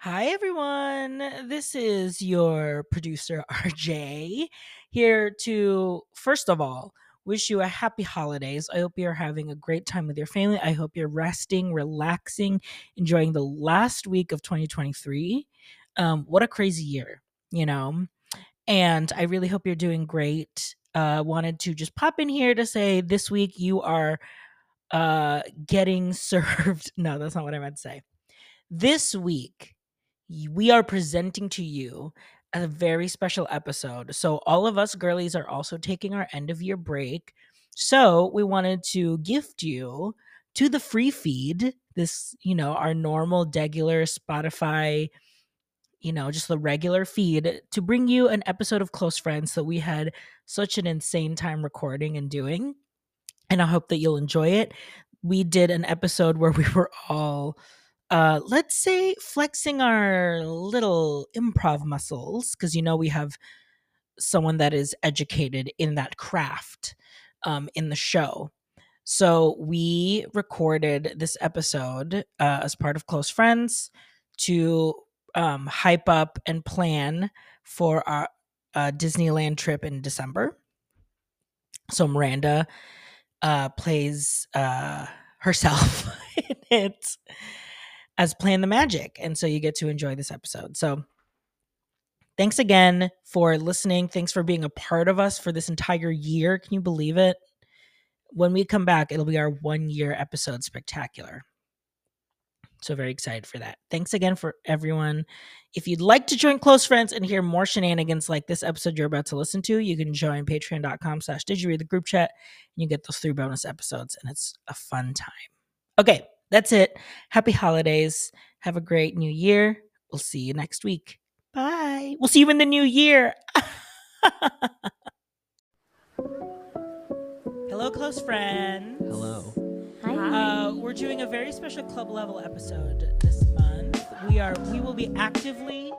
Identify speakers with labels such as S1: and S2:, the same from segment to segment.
S1: Hi, everyone. This is your producer, RJ, here to, first of all, wish you a happy holidays. I hope you're having a great time with your family. I hope you're resting, relaxing, enjoying the last week of 2023. Um, what a crazy year, you know? And I really hope you're doing great. Uh, wanted to just pop in here to say this week you are uh, getting served. No, that's not what I meant to say. This week, y- we are presenting to you a very special episode. So, all of us girlies are also taking our end of year break. So, we wanted to gift you to the free feed this, you know, our normal, regular Spotify, you know, just the regular feed to bring you an episode of Close Friends that we had such an insane time recording and doing and I hope that you'll enjoy it. We did an episode where we were all, uh, let's say, flexing our little improv muscles, because you know we have someone that is educated in that craft um, in the show. So we recorded this episode uh, as part of Close Friends to um, hype up and plan for our uh, Disneyland trip in December. So Miranda uh, plays uh, herself in it as playing the magic. And so you get to enjoy this episode. So thanks again for listening. Thanks for being a part of us for this entire year. Can you believe it? When we come back, it'll be our one year episode spectacular. So very excited for that. Thanks again for everyone. If you'd like to join close friends and hear more shenanigans like this episode you're about to listen to, you can join patreon.com slash did you read the group chat and you get those three bonus episodes and it's a fun time. Okay, that's it. Happy holidays. Have a great new year. We'll see you next week. Bye. We'll see you in the new year. Hello, close friends.
S2: Hello.
S3: Hi.
S1: Uh, we're doing a very special club level episode this month. We are we will be actively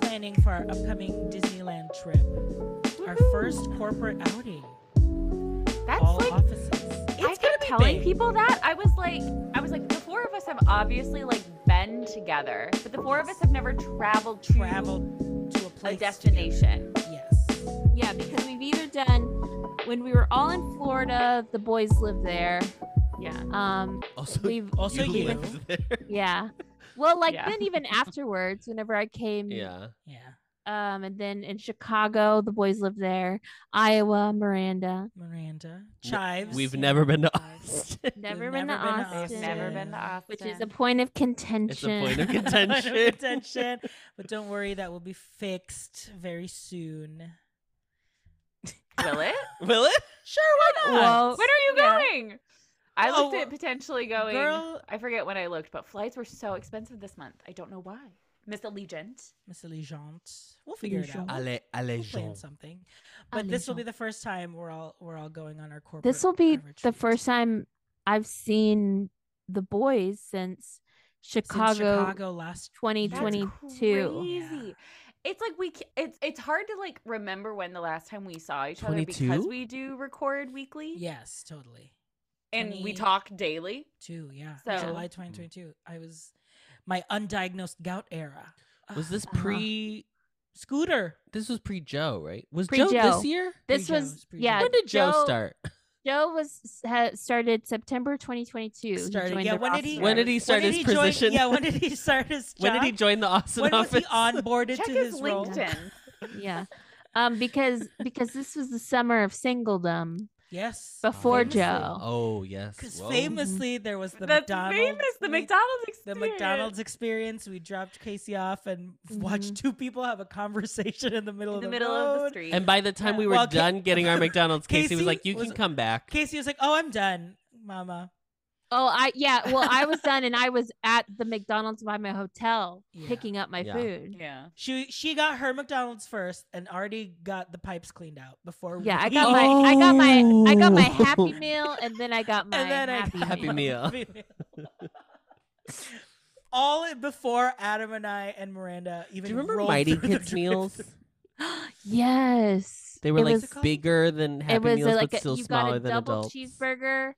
S1: planning for our upcoming Disneyland trip. Our first corporate outing.
S3: That's
S1: all
S3: like
S1: offices. It's
S3: I
S1: gonna
S3: kept
S1: be
S3: telling
S1: big.
S3: people that I was like, I was like, the four of us have obviously like been together, but the four of us have never traveled to
S1: travel to a
S3: a
S1: place
S3: destination.
S1: together. Yes.
S4: Yeah, because we've either done when we were all in Florida, the boys live there.
S3: Yeah.
S4: Um,
S2: Also,
S4: we've
S1: Also you.
S2: live there.
S4: yeah. Well, like
S3: Yeah.
S4: then even afterwards, whenever I came,
S2: Yeah.
S1: Yeah.
S4: um, and then in Chicago, the boys live there. Iowa, Miranda,
S1: Miranda.
S2: We-
S1: Chives.
S2: We've never been to
S1: Chives.
S2: Austin.
S4: never,
S1: We've
S4: been, to
S1: never been to
S4: Austin,
S3: I've
S1: Austin.
S3: never been to Austin.
S4: which is a point of contention.
S2: It's a point
S1: Point of
S2: of contention.
S1: contention. But don't worry, that will be fixed very soon.
S3: Will it?
S2: Will it?
S1: Sure, why not?
S4: Well,
S3: When are you
S4: Yeah.
S3: going? I looked
S1: Oh,
S3: at potentially going.
S1: Girl,
S3: I forget when I looked, but flights were so expensive this month. I don't know why. Miss Allegiant.
S1: Miss Allegiant. We'll figure it out.
S2: Allez,
S1: We'll-
S2: allez,
S1: We'll plan
S2: Jean.
S1: something. But this will be the first time we're all we're all going on our corporate.
S4: This will be
S1: our retreat.
S4: the first time I've seen the boys since
S1: Since
S4: Chicago,
S1: Chicago last.
S3: That's
S4: 2022.
S3: crazy. It's like we ca- it's it's hard to like remember when the last time we saw each other
S2: 22?
S3: because we do record weekly
S1: Yes, totally.
S3: and we
S1: 20
S3: talk daily.
S1: Two, yeah.
S3: So-
S1: July 2022. I was my undiagnosed gout era.
S2: Was
S1: Ah,
S2: this pre?
S1: scooter?
S2: This was pre Joe, right? Was Joe
S4: Pre-Joe.
S2: this year?
S4: This
S1: Pre-Joe,
S4: was
S1: it's pre-Joe.
S4: yeah.
S2: when did Joe, start?
S4: Joe was ha, started September 2022. He
S1: Started-
S4: joined
S1: yeah,
S4: the
S1: when did he-
S4: roster.
S2: When did he
S1: When
S2: start
S1: did
S2: his
S1: he join-
S2: position?
S1: yeah, when did he start his?
S2: when did he
S1: job?
S2: join the Austin
S1: When was
S2: office?
S1: he onboarded
S3: Check
S1: to
S3: his
S1: his role?
S3: LinkedIn.
S4: Yeah, um, because because this was the summer of singledom
S1: Yes.
S4: before
S1: famously.
S4: Joe.
S2: Oh yes.
S1: Because
S2: Whoa.
S1: famously, there was the
S3: That's
S1: McDonald's.
S3: famous. The
S1: we-
S3: McDonald's
S1: The
S3: experience. Mm-hmm.
S1: McDonald's experience. We dropped Casey off and watched two people have a conversation in the middle
S3: in
S1: of
S3: the
S1: the
S3: middle
S1: road.
S3: of the street.
S2: And by the time
S3: Yeah.
S2: we were
S1: Well, Ca-
S2: done getting our McDonald's, Casey,
S1: Casey
S2: was like, "You
S1: was-
S2: can come back."
S1: Casey was like, "Oh, I'm done, Mama."
S4: Oh, I yeah. Well, I was done, and I was at the McDonald's by my hotel
S1: Yeah.
S4: picking up my
S2: Yeah.
S4: food.
S3: yeah.
S1: She she got her McDonald's first and already got the pipes cleaned out before.
S4: Yeah, I
S1: we-
S4: got my I got my I got my happy
S2: Oh.
S4: meal, and then I got my
S1: and then
S4: happy,
S1: I got
S2: Happy
S4: meal.
S2: Meal.
S1: Happy Meal. All in- before Adam and I and Miranda even.
S2: Do you remember
S1: rolled
S2: Mighty
S1: through the
S2: Kids
S1: drive-
S2: meals?
S4: yes,
S2: They were
S4: It
S2: like
S4: was-
S2: bigger than Happy
S1: uh,
S4: it was
S2: Meals,
S4: a, like
S2: but
S4: a,
S2: still
S4: you
S2: smaller
S4: got a
S2: than
S4: double
S2: adults.
S4: cheeseburger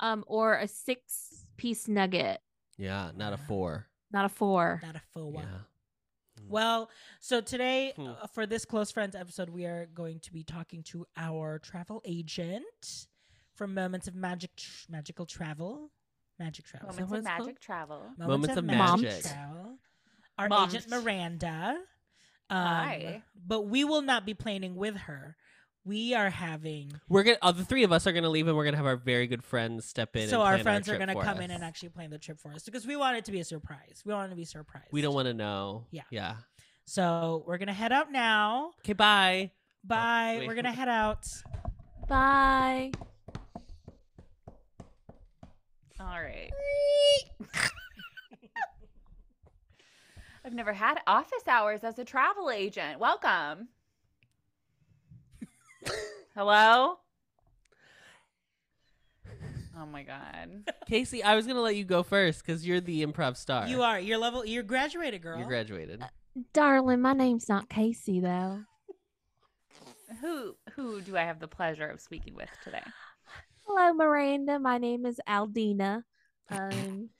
S4: um or a six piece nugget
S2: Yeah, not a four.
S4: Not a four.
S1: Not a four.
S2: Yeah.
S1: Well, so today
S2: Hmm.
S1: uh, for this close friends episode, we are going to be talking to our travel agent from Moments of Magic, tr- Magical Travel, Magic Travel,
S3: Moments
S2: what
S3: of
S2: it's called?
S3: magic travel.
S2: Moments of Magic.
S1: Travel. Our
S3: Momps.
S1: agent Miranda. Um,
S3: Hi.
S1: But we will not be planning with her. We are having
S2: We're gonna. Uh, the three of us are gonna leave, and we're gonna have our very good friends step in.
S1: so
S2: and
S1: our
S2: plan
S1: friends are
S2: trip
S1: going to
S2: for
S1: come
S2: us.
S1: in and actually plan the trip for us because we want it to be a surprise. We want it to be surprised.
S2: We don't want to know.
S1: Yeah.
S2: Yeah.
S1: So we're gonna head out now.
S2: Okay. Bye.
S1: Bye.
S2: wait.
S1: we're gonna head out.
S4: Bye.
S3: All right. I've never had office hours as a travel agent. Welcome. Hello? Oh my God.
S2: Casey, I was gonna let you go first because you're the improv star.
S1: You are. You're level. You're graduated, girl.
S2: You graduated.
S4: Darling, my name's not Casey though.
S3: Who who do I have the pleasure of speaking with today?
S4: Hello, Miranda. My name is Aldina. Um,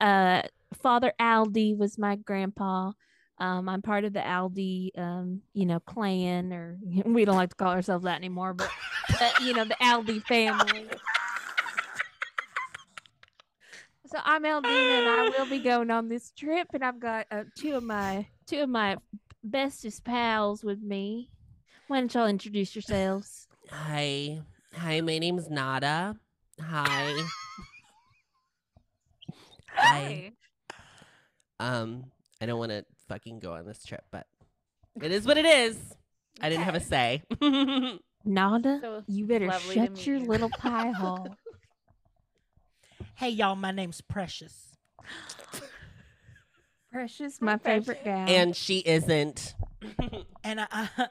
S4: uh, Father Aldi was my grandpa. Um, I'm part of the Aldi, um, you know, clan, or we don't like to call ourselves that anymore, but uh, you know, the Aldi family. So I'm Aldina, and I will be going on this trip, and I've got uh, two of my two of my bestest pals with me. Why don't y'all introduce yourselves?
S2: Hi. Hi, my name's Nada. Hi. Um, I don't want to fucking go on this trip, but it is what it is. I didn't have a say.
S4: Nada.
S3: So
S4: You better
S3: Lovely to
S4: shut your
S3: meet you.
S4: little pie hole.
S1: Hey, y'all. My name's Precious.
S4: Precious,
S3: Hi,
S4: my favorite gal.
S3: Precious.
S2: and she isn't.
S1: And I, I,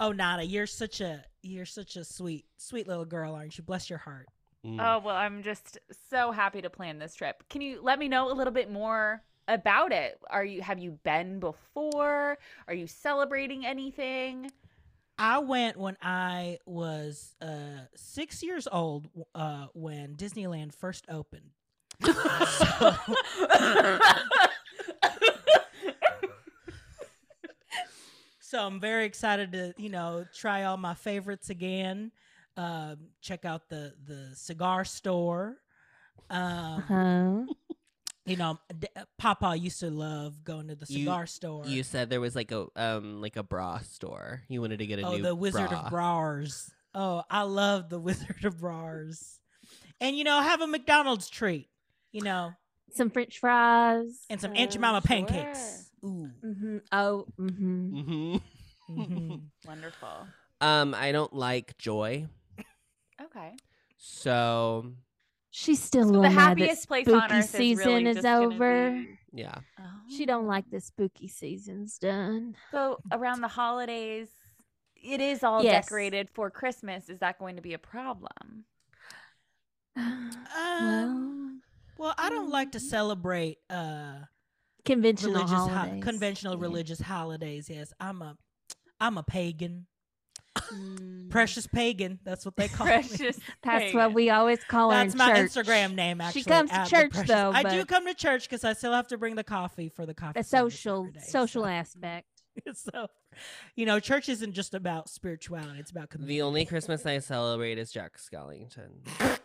S1: oh Nada, you're such a you're such a sweet sweet little girl, aren't you? Bless your heart.
S2: Mm.
S3: Oh well, I'm just so happy to plan this trip. Can you let me know a little bit more about it? Are you have you been before? Are you celebrating anything?
S1: I went when I was uh, six years old uh, when Disneyland first opened. So- So I'm very excited to, you know, try all my favorites again. Um, check out the the cigar store.
S3: Uh-huh.
S1: Um,
S4: Huh?
S1: you know, d- uh, Papa used to love going to the
S2: You-
S1: cigar store.
S2: You said there was like a um like a bra store. You wanted to get a
S1: oh,
S2: new
S1: the Wizard
S2: bra.
S1: of Brawers. Oh, I love the Wizard of Brawers. And you know, have a McDonald's treat. You know,
S4: Some French fries.
S1: and some
S3: Oh,
S1: Aunt Jemima
S3: sure.
S1: pancakes. Ooh.
S4: hmm Oh, hmm
S2: hmm
S3: Mm-hmm.
S1: mhm.
S3: Wonderful.
S2: Um, I don't like joy,
S3: Okay.
S2: so
S4: she's still
S3: So the
S4: on that
S3: happiest place
S4: spooky
S3: on earth is
S4: season
S3: really
S4: is
S3: just gonna
S4: over.
S3: be-
S2: yeah.
S4: She don't like the spooky season's
S3: Um,
S4: done.
S3: So around the holidays, it is all
S4: Yes.
S3: decorated for Christmas. Is that going to be a problem?
S1: Um, well, I don't like to
S3: mm-hmm.
S4: mm.
S1: celebrate uh
S4: conventional
S1: religious ho-
S4: holidays.
S1: conventional
S4: Yeah.
S1: religious holidays. Yes, I'm a I'm a pagan,
S4: Mm.
S1: precious pagan. That's what they call me.
S3: Precious.
S4: That's
S3: thing.
S4: what we always call her.
S1: That's
S4: in
S1: my
S4: church.
S1: Instagram name. Actually,
S4: comes to
S1: at the
S4: church,
S1: Precious-
S4: though,
S1: I do
S4: but-
S1: come to church because I still have to bring the coffee for the coffee.
S4: The
S1: service
S4: social
S1: every day,
S4: social
S1: so-
S4: aspect.
S1: So, you know, church isn't just about spirituality; it's about community.
S2: The only Christmas I celebrate is Jack Skellington.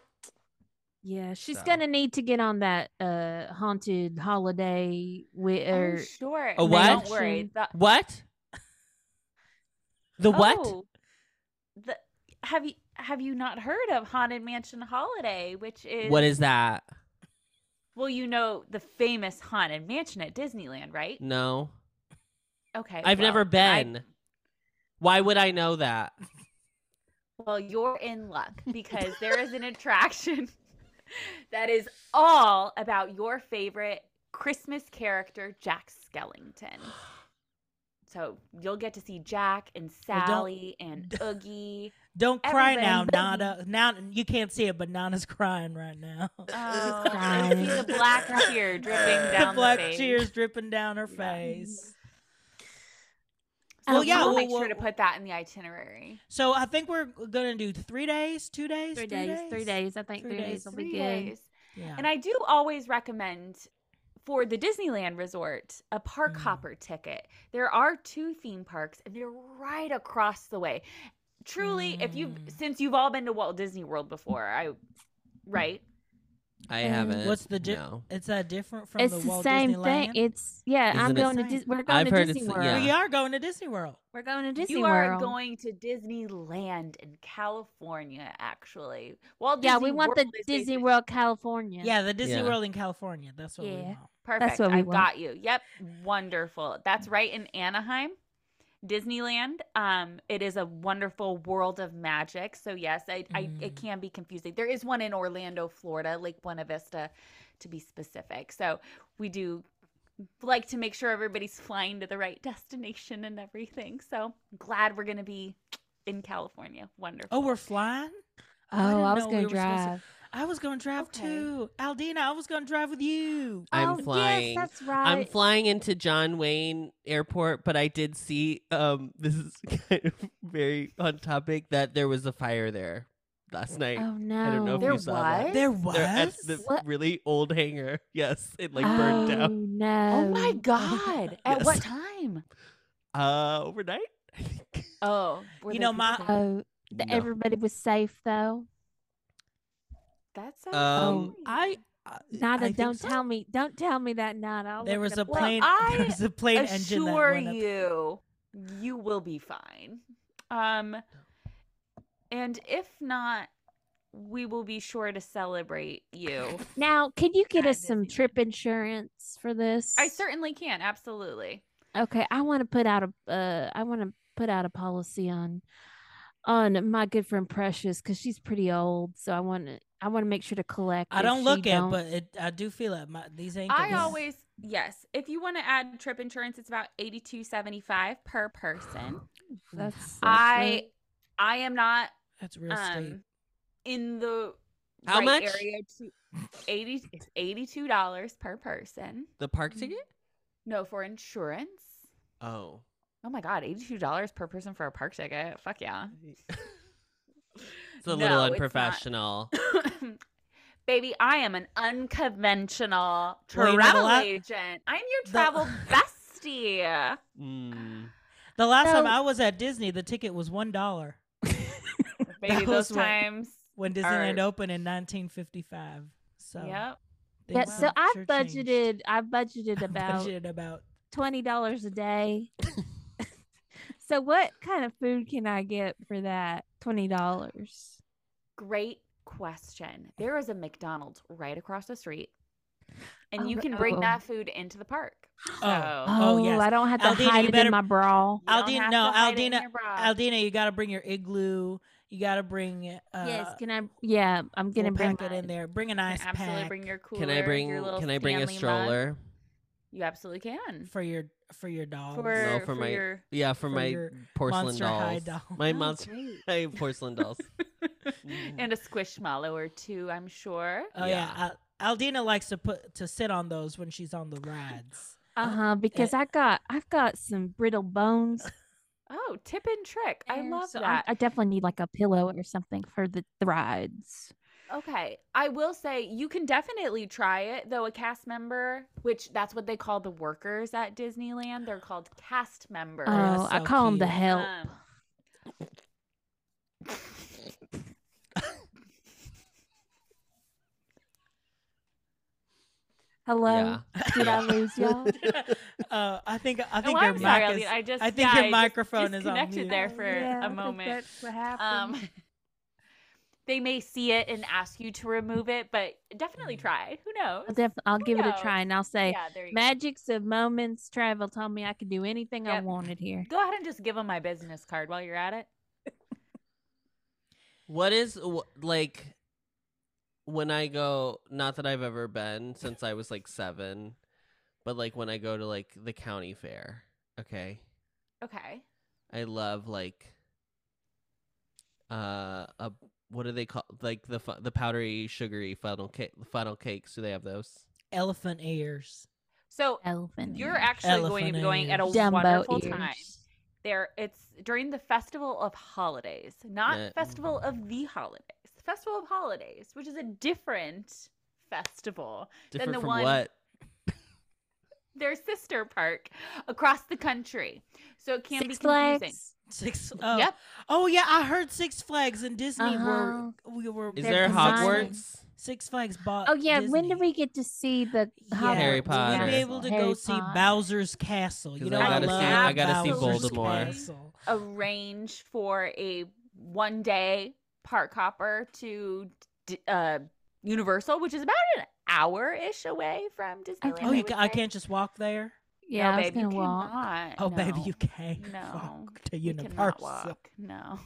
S4: Yeah, she's
S2: So.
S4: gonna need to get on that uh haunted holiday er, with
S3: I'm
S4: or
S3: Oh, sure.
S2: A
S3: Don't
S2: Oh, what?
S3: worry. The,
S2: What? The what?
S3: Oh, the- have you have you not heard of Haunted Mansion Holiday, which is
S2: What is that?
S3: well, you know the famous Haunted Mansion at Disneyland, right?
S2: No,
S3: Okay,
S2: I've
S3: well,
S2: never
S3: I-
S2: been. Why would I know that?
S3: Well, you're in luck because there is an attraction that is all about your favorite Christmas character, Jack Skellington. So you'll get to see Jack and
S1: Well, don't-
S3: Sally and Oogie.
S1: Don't cry now,
S3: Everybody-
S1: Nana. Now you can't see it, but Nana's crying right now.
S3: Oh,
S4: Guys.
S3: and see the black tear dripping down
S1: the black
S3: face.
S1: tears dripping down her
S3: Yeah.
S1: face.
S4: I
S1: Well,
S3: So
S1: yeah,
S3: we'll
S1: well,
S3: make sure
S1: well-
S3: to put that in the itinerary.
S1: So I think we're gonna do three days, two days,
S4: three
S1: three
S4: days, three days. I think
S1: Three
S4: three,
S1: days,
S4: days will be
S3: Three
S4: good.
S3: days.
S1: Yeah.
S3: And I do always recommend for the Disneyland Resort, a park
S1: Mm.
S3: hopper ticket. There are two theme parks, and they're right across the way. Truly, if you've
S1: Mm.
S3: since you've all been to Walt Disney World before, I right?
S2: I
S4: Um,
S2: haven't.
S1: What's the di-
S2: no.
S1: It's that different from
S4: It's
S1: the,
S4: the,
S1: Walt
S4: same
S1: Disneyland?
S4: thing. It's yeah. I'm
S2: Isn't it-
S4: going to Dis- we're going
S2: I've
S4: to
S2: heard
S4: Disney
S2: it's-
S4: World.
S2: yeah.
S1: We are going to Disney World.
S4: We're going to Disney
S3: you
S4: World.
S3: are going to Disneyland in California, actually. Walt Disney
S4: yeah, we want the
S3: World is
S4: Disney
S3: basically-
S4: World California.
S1: Yeah, the Disney
S2: Yeah.
S1: World in California. That's what we
S4: Yeah.
S1: want.
S3: Perfect.
S4: what we
S3: I've
S4: want.
S3: got you. Yep. Wonderful. That's right in Anaheim. Disneyland. Um, it is a wonderful world of magic. So yes, I, I
S1: Mm.
S3: it can be confusing. There is one in Orlando, Florida, Lake Buena Vista, to be specific. So we do like to make sure everybody's flying to the right destination and everything. So glad we're gonna be in California. Wonderful.
S1: Oh, we're flying? I
S4: Oh,
S1: didn't
S4: I, was
S1: know we
S4: going
S1: were
S4: to
S1: supposed to-
S4: drive.
S1: I was going to drive
S3: Okay.
S1: too. Aldina, I was going to drive with you.
S2: I'm
S4: oh,
S2: flying.
S4: Yes, that's right.
S2: I'm flying into John Wayne Airport, but I did see um this is kind of very on topic that there was a fire there last night.
S4: Oh no.
S2: I don't know if
S3: There
S2: you saw that.
S3: was?
S1: There
S2: They're at
S1: was?
S2: this
S4: What?
S2: really old hangar. Yes, it like burned
S4: Oh,
S2: down
S4: no.
S3: Oh my god. At what
S2: Yes.
S3: time?
S2: uh overnight. I think.
S3: Oh, were
S1: You
S3: there
S1: know, my-
S3: people there?
S4: Oh, th-
S2: No.
S4: everybody was safe though.
S3: that sounds
S2: Um,
S3: familiar.
S1: I. I- I
S4: Nada,
S1: think
S4: don't
S1: so.
S4: tell me. Don't tell me that, Nada. I'll
S1: There
S4: look
S1: was
S4: it
S1: a
S4: up
S3: Well,
S4: later.
S1: plane.
S3: I
S1: there was a plane engine that
S3: assure
S1: went up.
S3: you, you will be fine. Um, and if not, we will be sure to celebrate you.
S4: Now, can you get
S3: at
S4: us some
S3: Disneyland.
S4: trip insurance for this?
S3: I certainly can, absolutely.
S4: Okay, I want to put out a. Uh, I want to put out a policy on, on my good friend Precious because she's pretty old. So I want to. I want to make sure to collect.
S1: I
S4: if
S1: don't
S4: she
S1: look at,
S4: don't-
S1: but it, I do feel it. My, these ain't.
S3: I
S1: the-
S3: always yes. If you want to add trip insurance, it's about eighty two seventy five per person.
S4: that's, that's
S3: I
S4: right.
S3: I am not
S1: That's real steep.
S3: um in the
S2: How
S3: right
S2: much?
S3: area to eighty it's eighty two dollars per person.
S2: The park
S3: Mm-hmm.
S2: ticket?
S3: No, for insurance.
S2: Oh.
S3: Oh my god, eighty-two dollars per person for a park ticket. Fuck yeah.
S2: It's a
S3: No,
S2: little
S3: it's not.
S2: unprofessional.
S3: Baby, I am an unconventional
S1: Well, you
S3: travel
S1: know the la-
S3: agent. I'm your
S1: the-
S3: travel bestie.
S2: Mm.
S1: The last time
S4: So-
S1: I was at Disney, the ticket was one dollar
S3: Baby,
S1: was
S3: those
S1: what-
S3: times.
S1: when Disneyland opened in 1955. So
S3: Yep.
S4: Yeah,
S1: things
S4: so
S1: have
S4: I
S1: sure changed.
S4: budgeted. I budgeted
S1: I
S4: about
S1: budgeted about
S4: twenty dollars a day. so what kind of food can I get for that twenty dollars?
S3: Great question. There is a McDonald's right across the street, and
S4: Oh,
S3: you
S4: re-
S3: can bring
S4: oh.
S3: that food into the park.
S1: Oh.
S3: So
S1: Oh, yes.
S4: I don't have to
S1: Aldina,
S4: hide
S1: you
S4: it
S1: better-
S4: in my bra.
S3: you don't
S1: Aldina-
S3: have
S1: no,
S3: to hide it in
S1: Aldina-
S3: your bra.
S1: Aldina. You got to bring your igloo. You got to bring. Uh,
S4: yes, can I? Yeah, I'm gonna
S1: we'll
S4: bring.
S1: pack it in there. Bring an
S3: You
S1: ice
S3: can absolutely
S1: pack
S3: bring your cooler.
S2: Can I bring
S3: your little
S2: can I bring a
S3: Stanley mug.
S2: stroller?
S3: You absolutely can.
S1: for your for your dogs.
S3: For,
S2: No, for
S3: for
S2: my-
S3: your
S2: Yeah, for,
S1: For
S2: my
S1: your
S2: porcelain
S1: Monster
S2: dolls.
S1: High doll.
S2: My
S3: Oh,
S2: monster
S3: great.
S2: high porcelain dolls.
S1: Mm-hmm.
S3: and a squishmallow or two, I'm sure.
S1: Oh yeah,
S2: Yeah.
S1: Al- Aldina likes to put to sit on those when she's on the rides.
S4: Uh huh. Because I got, I've got some brittle bones.
S3: Oh, tip and trick. I
S4: there,
S3: love
S4: so
S3: that.
S4: I definitely need like a pillow or something for the, the rides.
S3: okay. I will say you can definitely try it, though, a cast member, which that's what they call the workers at Disneyland. They're called cast members.
S4: Oh,
S1: that's
S4: I
S1: so
S4: call them the
S1: cute.
S4: help.
S3: Um,
S4: Hello,
S2: Yeah.
S4: did I
S2: Yeah.
S4: lose y'all?
S1: uh, I think I
S3: oh,
S1: think your
S3: I'm sorry,
S1: mic
S3: Elliot,
S1: is-
S3: I just
S1: I think your
S3: yeah, just
S1: microphone is on
S3: disconnected
S1: mute.
S3: there for
S4: Yeah, I
S3: a
S4: think
S3: moment.
S4: that's what happened.
S3: Um, they may see it and ask you to remove it, but definitely
S1: Mm.
S3: try. Who knows?
S4: I'll, def- I'll give it a
S3: knows?
S4: try and I'll say,
S3: yeah, there you go.
S4: Magics of Moments Travel told me I could do anything I
S3: Yep.
S4: wanted here.
S3: Go ahead and just give them my business card while you're at it.
S2: What is wh- like when I go? Not that I've ever been since I was like seven, but like when I go to like the county fair. Okay,
S3: Okay.
S2: I love like uh a what do they call like the fu- the powdery sugary funnel cake funnel cakes? Do they have those?
S1: elephant ears.
S3: So
S4: Elephant.
S3: you're
S4: ears.
S3: actually going to be going at a
S1: Elephant
S3: wonderful
S4: Dumbo
S3: time.
S4: ears.
S3: There, it's during the festival of holidays, not
S2: Yeah.
S3: festival of the holidays. Festival of holidays, which is a different festival.
S2: Different
S3: the
S2: from
S3: one-
S2: what?
S3: their sister park across the country. So it can
S4: Six
S3: be confusing.
S4: Flags.
S1: Six. Oh.
S3: Yep.
S1: Oh yeah, I heard Six Flags and Disney
S4: Uh-huh.
S1: were we were.
S2: Is
S4: They're
S2: there
S4: designing-
S2: Hogwarts?
S1: Six Flags bought.
S4: Oh yeah, when
S1: Disney.
S4: do we get to see the
S1: Yeah,
S4: Hogwarts
S1: We'll
S2: Harry Potter.
S1: be able to go
S4: Harry
S1: see
S4: Potter.
S1: Bowser's Castle.
S2: 'Cause
S1: You know,
S3: I
S1: I,
S3: gotta see-
S1: love
S3: I gotta see
S1: Bowser's
S2: Voldemort.
S1: Castle. Oh,
S3: Arrange for a one day park hopper to d- uh, Universal, which is about an hour ish away from Disneyland.
S4: Yeah,
S1: Oh, you
S3: would
S1: ca- I
S3: say.
S1: can't just walk there.
S3: no,
S4: Yeah, I was
S3: Oh, babe,
S4: gonna
S3: you
S4: walk.
S3: Cannot.
S1: Oh, baby,
S3: No.
S1: you can't
S3: No,
S1: walk to
S3: You cannot
S1: Universal.
S3: walk. No.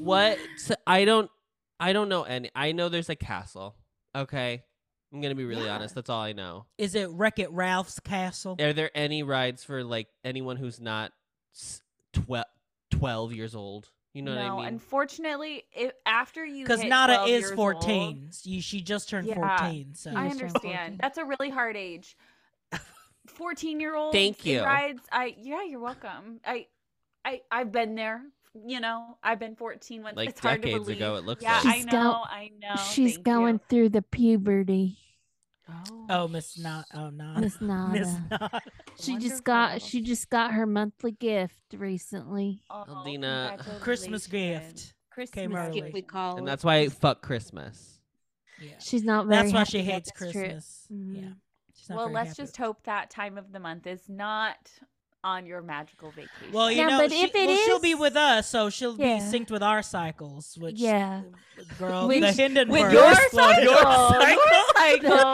S2: What? So I don't. I don't know any. I know there's a castle. Okay, I'm gonna be really
S3: Yeah.
S2: honest. That's all I know.
S1: Is it Wreck It Ralph's Castle?
S2: Are there any rides for like anyone who's not s- twe- 12 years old? You know
S3: no,
S2: what I mean?
S3: unfortunately, if, after you
S1: Because
S3: hit
S1: Nada
S3: 12
S1: is
S3: years old-
S1: 14. You, she just turned
S3: Yeah.
S1: 14. So
S4: Yeah.
S3: I
S4: Yes, I'm
S3: understand.
S4: 14.
S3: That's a really hard age. Fourteen year old.
S2: Thank you.
S3: Rides. I yeah. You're welcome. I, I I've been there. You know, I've been fourteen once.
S2: like
S3: it's hard to
S2: decades ago,
S3: believe.
S2: it looks
S3: Yeah,
S2: like.
S3: I
S4: She's
S3: know.
S4: go-
S3: I know.
S4: She's
S3: thank
S4: going through the puberty,
S3: You.
S1: Oh, Miss Nada. Oh, Nada.
S4: Miss
S1: Miss
S4: Nada.
S1: Nada.
S4: She just got
S3: Wonderful.
S4: she just got her monthly gift recently.
S3: Oh,
S2: Alina.
S1: Christmas
S3: congratulations.
S1: gift.
S5: Christmas
S1: early.
S5: gift we call
S2: and
S5: it.
S2: that's why I fuck Christmas.
S1: Yeah.
S4: She's not very.
S1: That's why
S4: happy
S1: she
S4: about
S1: hates
S4: this trip.
S1: Christmas. Yeah.
S4: Mhm.
S1: She's not
S3: Well,
S1: very
S3: let's
S1: happy
S3: just
S1: with-
S3: hope that time of the month is not on your magical vacation.
S1: Well, you
S4: Now,
S1: know,
S4: but
S1: she,
S4: if it
S1: well, she'll be
S4: is-
S1: with us, so she'll
S4: Yeah.
S1: be synced with our cycles. Which,
S4: Yeah.
S1: girl,
S4: Which-
S1: the
S4: with
S1: Hindenburg.
S3: with your
S1: exploded.
S3: cycle, your cycle,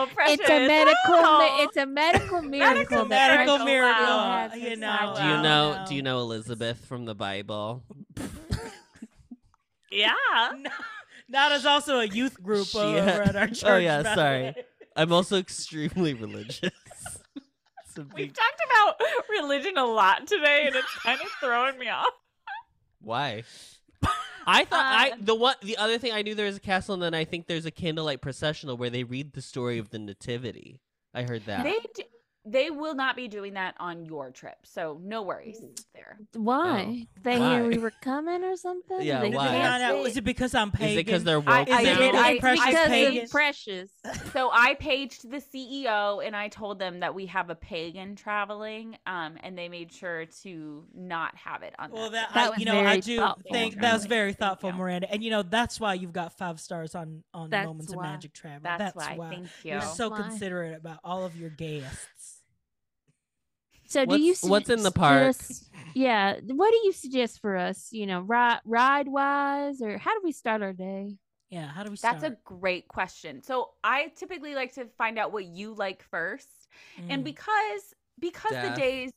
S4: It's a
S3: precious.
S4: medical. mi-
S3: Oh.
S4: It's a medical miracle.
S1: It's a
S4: that
S1: medical
S4: Franco
S1: miracle.
S4: Lau has
S1: you
S4: this
S1: know.
S4: magic-
S2: Do you
S1: I
S2: know?
S1: don't
S2: Do you know Elizabeth from the Bible?
S3: yeah.
S1: No, Nada's also a youth group
S2: She- uh, Oh,
S1: over at our church.
S2: yeah,
S1: by the
S2: sorry.
S1: way.
S2: I'm also extremely religious. It's a
S3: We've
S2: big-
S3: talked about religion a lot today, and it's kind of throwing me off.
S2: why? I thought I
S3: Um,
S2: the one the other thing I knew there was a castle, and then I think there's a candlelight processional where they read the story of the nativity. I heard that.
S3: They d- they will not be doing that on your trip, so no worries there.
S4: Why? They
S2: Oh, Why?
S4: hear we were coming or something?
S2: Yeah,
S4: They
S1: Did they
S2: why?
S4: can't
S1: find out-
S4: see-
S1: Is it because I'm
S2: Is
S1: pagan?
S2: it because they're
S3: I- I
S2: woke? now?
S4: Is
S3: did-
S4: it
S3: I-
S4: because
S1: Precious
S4: of
S1: Pagan?
S4: precious?
S3: So I paged the CEO and I told them that we have a pagan traveling, um, and they made sure to not have it on.
S1: Well,
S3: that,
S1: that,
S3: trip.
S4: That
S1: I,
S4: was
S1: you know, I
S4: very
S1: do
S4: thoughtful,
S1: think that was
S3: Emily.
S1: very
S3: Thank
S1: thoughtful,
S3: you.
S1: Miranda. And you know, that's why you've got five stars on on
S4: That's
S1: Moments
S4: why.
S1: of Magic Travel.
S3: that's,
S1: That's,
S3: why. Thank you.
S1: You're so
S4: Why?
S1: considerate about all of your guests.
S4: So
S2: What's-
S4: do you su-
S2: what's in the park?
S4: suggest- yeah, what do you suggest for us? You know, ride ride wise, or how do we start our day?
S1: Yeah, how do we start?
S3: That's a great question. So I typically like to find out what you like first. and
S1: Mm.
S3: because because
S2: Death.
S3: the days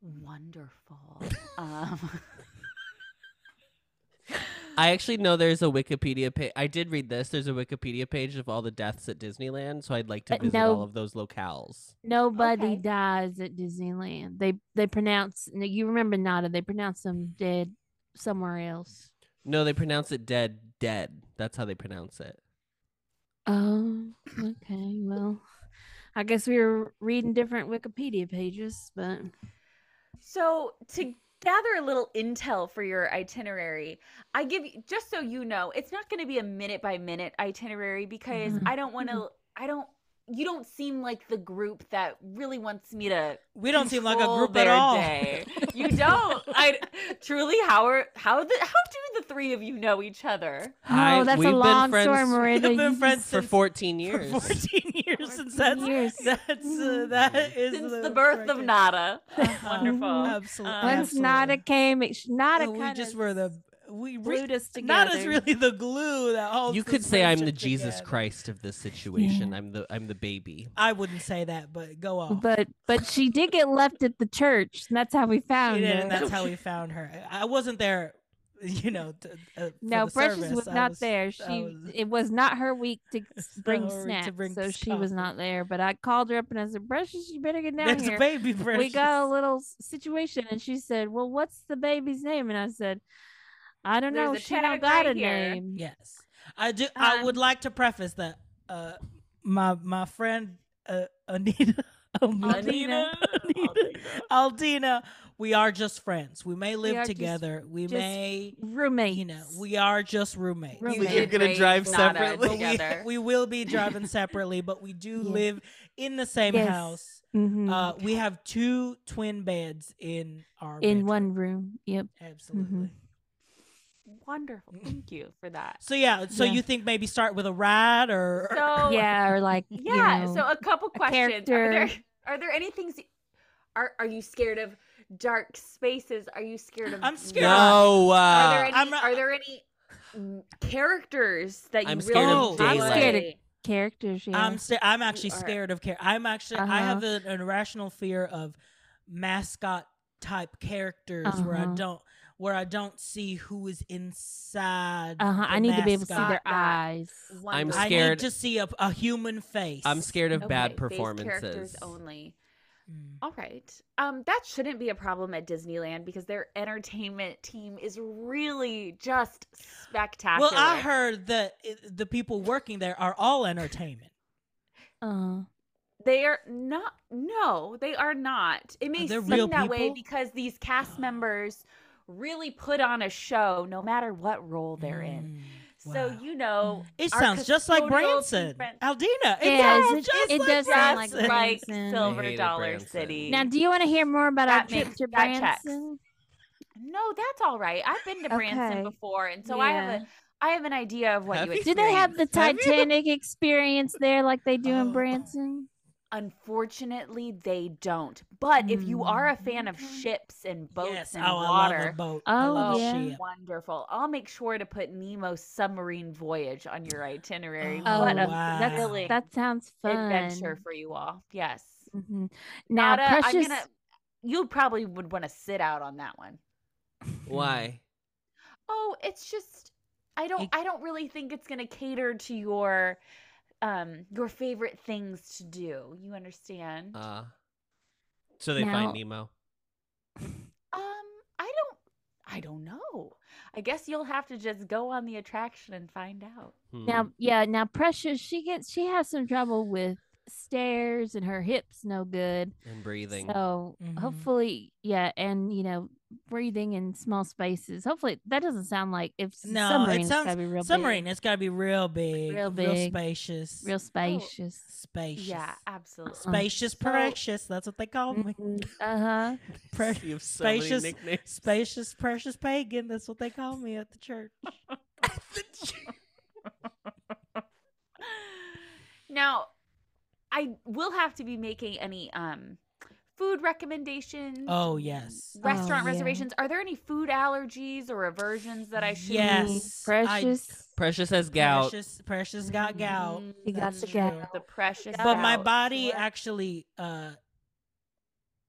S3: wonderful um
S2: I actually know there's a Wikipedia page. I did read this. There's a Wikipedia page of all the deaths at Disneyland, so I'd like to
S4: Uh,
S2: visit
S4: no.
S2: all of those locales.
S4: Nobody
S3: Okay.
S4: dies at Disneyland. They they pronounce no, you remember Nada, they pronounce them dead somewhere else.
S2: No, they pronounce it dead, dead. That's how they pronounce it.
S4: Oh, okay. Well, I guess we were reading different Wikipedia pages, but
S3: so to gather a little intel for your itinerary i give you just so you know it's not going to be a minute by minute itinerary because
S4: Mhm.
S3: i don't want to i don't you don't seem like the group that really wants me to
S1: we don't seem like a
S3: control
S1: group at
S3: their
S1: all.
S3: day. You don't. I truly. How are how the how do the three of you know each other?
S2: I-
S4: oh, that's
S2: we've
S4: a
S2: been
S4: long story,
S2: friends-
S4: Miranda.
S1: We've been
S4: You-
S1: friends
S2: For
S1: since-
S2: 14
S1: for
S2: years.
S1: 14 years since
S4: 14
S1: that's
S4: years.
S1: that's uh,
S4: Mm.
S1: that is
S3: Since the birth of Nada.
S1: Uh-huh.
S3: Wonderful.
S1: Absolutely.
S3: Um,
S4: Once Nada came, it, sh- Nada
S1: we
S4: kind
S1: just
S4: of
S1: were the we re-
S4: glued us together.
S1: Nada's really the glue that holds.
S2: You could
S1: this
S2: say I'm the
S1: friendship
S2: Jesus
S1: together.
S2: Christ of this situation. I'm the I'm the baby.
S1: I wouldn't say that, but go off.
S4: But but she did get left at the church, and that's how we
S1: She
S4: found
S1: did,
S4: her.
S1: and that's how we found her. I I wasn't there, you know. To, uh, for
S4: no,
S1: the
S4: Precious
S1: service.
S4: was
S1: I
S4: not there. She
S1: I was-
S4: it was not her week to s-
S1: not
S4: bring
S1: her week to
S4: snacks,
S1: bring
S4: so she was
S1: coffee.
S4: not there. But I called her up and I said, "Precious, you better get down
S1: There's
S4: here."
S1: a baby. Precious.
S4: we got a little s- situation and she said well what's the baby's name and i said i don't
S3: There's
S4: know
S3: a
S4: she don't
S3: tag
S4: got
S3: right
S4: a
S3: here."
S4: name
S1: Yes, I do. I would
S3: Um,
S1: like to preface that uh, my my friend uh, Anita, Almina,
S4: Aldina.
S1: Anita, Aldina, we are just friends. We may live
S4: are just-
S1: together. we
S4: just
S1: may,
S4: roommates
S1: you know, we are just roommates.
S4: Roommates.
S3: You
S4: You're
S3: did
S2: gonna
S3: raise
S2: drive
S3: Nada
S2: separately?
S1: But
S3: together.
S1: we, we will be driving separately, but we do
S4: Yeah.
S1: live in the same
S4: Yes.
S1: house.
S4: Mhm.
S1: Uh, we have two twin beds in our
S4: in
S1: bedroom.
S4: one Mm-hmm. room. Yep.
S1: Absolutely.
S3: Wonderful. Thank you for that.
S1: So yeah, so
S4: Yeah.
S1: you think maybe start with a rat or
S3: So
S4: yeah, or like you
S3: Oh, yeah.
S4: know,
S3: so a couple questions. Are there
S4: character.
S3: are there any things are are you scared of dark spaces? Are you scared of
S1: I'm scared of-
S3: love?
S2: No.
S3: Oh Are there
S2: uh,
S3: any
S1: I'm not-
S3: are there any mm, characters that you
S2: I'm
S3: really
S2: scared
S1: of
S3: don't
S1: daylight.
S4: I'm scared of-
S3: like?
S4: characters. Yeah. Uh-huh.
S1: I'm sta- I'm actually
S3: are-
S1: scared of care. I'm actually I have an, an irrational fear of mascot type characters where I
S4: Uh-huh.
S1: don't where I don't see who is inside.
S4: uh-huh. I
S1: the
S4: need to be able to see
S1: mascot.
S4: their
S3: Got that.
S4: eyes.
S2: I'm
S3: Wonderful.
S1: I
S2: scared-
S1: need to see a, a human face.
S2: I'm scared of bad
S3: Okay, face characters
S2: performances.
S3: only.
S1: Mm.
S3: All right. Um, that shouldn't be a problem at Disneyland because their entertainment team is really just spectacular.
S1: Well, I heard that it, the people working there are all entertainment.
S4: Uh,
S3: they are not. No, they are not. It may
S1: Are there
S3: seem
S1: real
S3: that way
S1: people?
S3: because these cast members really put on a show, no matter what role they're in.
S1: Mm,
S3: So
S1: wow.
S3: you know,
S1: It
S3: our
S1: sounds just like
S3: custodial
S1: Branson,
S3: difference-
S1: Aldina. It
S4: Yeah,
S1: sounds
S4: it-
S1: just
S4: it
S1: like
S4: does sound like
S3: Just
S1: Branson.
S3: like
S4: Branson.
S2: I
S3: Silver
S2: hated
S3: Dollar
S2: Branson.
S3: City.
S4: now, do you want to hear more about our
S3: That
S4: trip
S3: makes-
S4: to
S3: that checks.
S4: Branson?
S3: No, that's all right. I've been to Branson
S4: Okay.
S3: before, and so I have
S4: Yeah.
S3: a I have an idea of what
S2: Have
S3: you
S2: you?
S4: Do they have the
S2: Have you-
S4: Titanic experience there like they do
S1: Oh.
S4: in Branson?
S3: Unfortunately, they don't. But if you are a fan of
S4: Mm.
S3: ships and boats
S1: yes,
S3: and
S1: oh,
S3: water,
S1: I love a boat.
S4: Oh,
S1: I
S3: oh,
S1: love
S4: yeah.
S1: ship.
S3: wonderful! I'll make sure to put Nemo's submarine voyage on your itinerary.
S1: Oh,
S3: what a
S1: wow.
S4: that's-
S3: thrilling
S4: That sounds fun.
S3: adventure for you all! Yes.
S4: hmm Now,
S3: Nada, I'm
S4: Precious,
S3: gonna- You probably would want to sit out on that one.
S2: Why?
S3: Oh, it's just I don't
S1: It-
S3: I don't really think it's going to cater to your um your favorite things to do. You understand?
S2: Uh, so they find
S4: Now-
S2: Nemo.
S3: um I don't I don't know. I guess you'll have to just go on the attraction and find out.
S2: Hmm.
S4: now, yeah, now Precious, she gets she has some trouble with stairs and her hips no good.
S2: and breathing.
S4: So
S3: Mm-hmm.
S1: Mhm.
S4: hopefully, yeah, and you know, breathing in small spaces. Hopefully, that doesn't sound like if s-
S1: No, it
S4: submarine, it's
S1: sounds-
S4: gotta be real big,
S1: Submarine. It's got to be real big, real
S4: Real big.
S1: spacious,
S3: Oh.
S4: real spacious.
S1: spacious.
S3: Yeah, absolutely.
S4: Uh-uh.
S1: Spacious,
S3: So-
S1: precious. That's what they
S3: Oh
S1: call me.
S4: Uh huh.
S1: Pre-
S2: You have so many
S1: spacious-
S2: nicknames.
S1: Spacious, precious pagan. That's what they call me at the church.
S3: now, I will have to be making any um food recommendations.
S1: Oh yes.
S3: Restaurant
S4: Oh, yeah.
S3: reservations. Are there any food allergies or aversions that I should
S1: Yes.
S3: be-
S1: I-
S4: Precious.
S2: Precious as gout.
S1: Precious, precious got gout.
S3: Mm,
S4: You got
S1: That's
S4: the
S1: true.
S4: gout.
S3: the precious.
S1: But my
S3: gout.
S1: body
S3: Sure.
S1: actually, uh,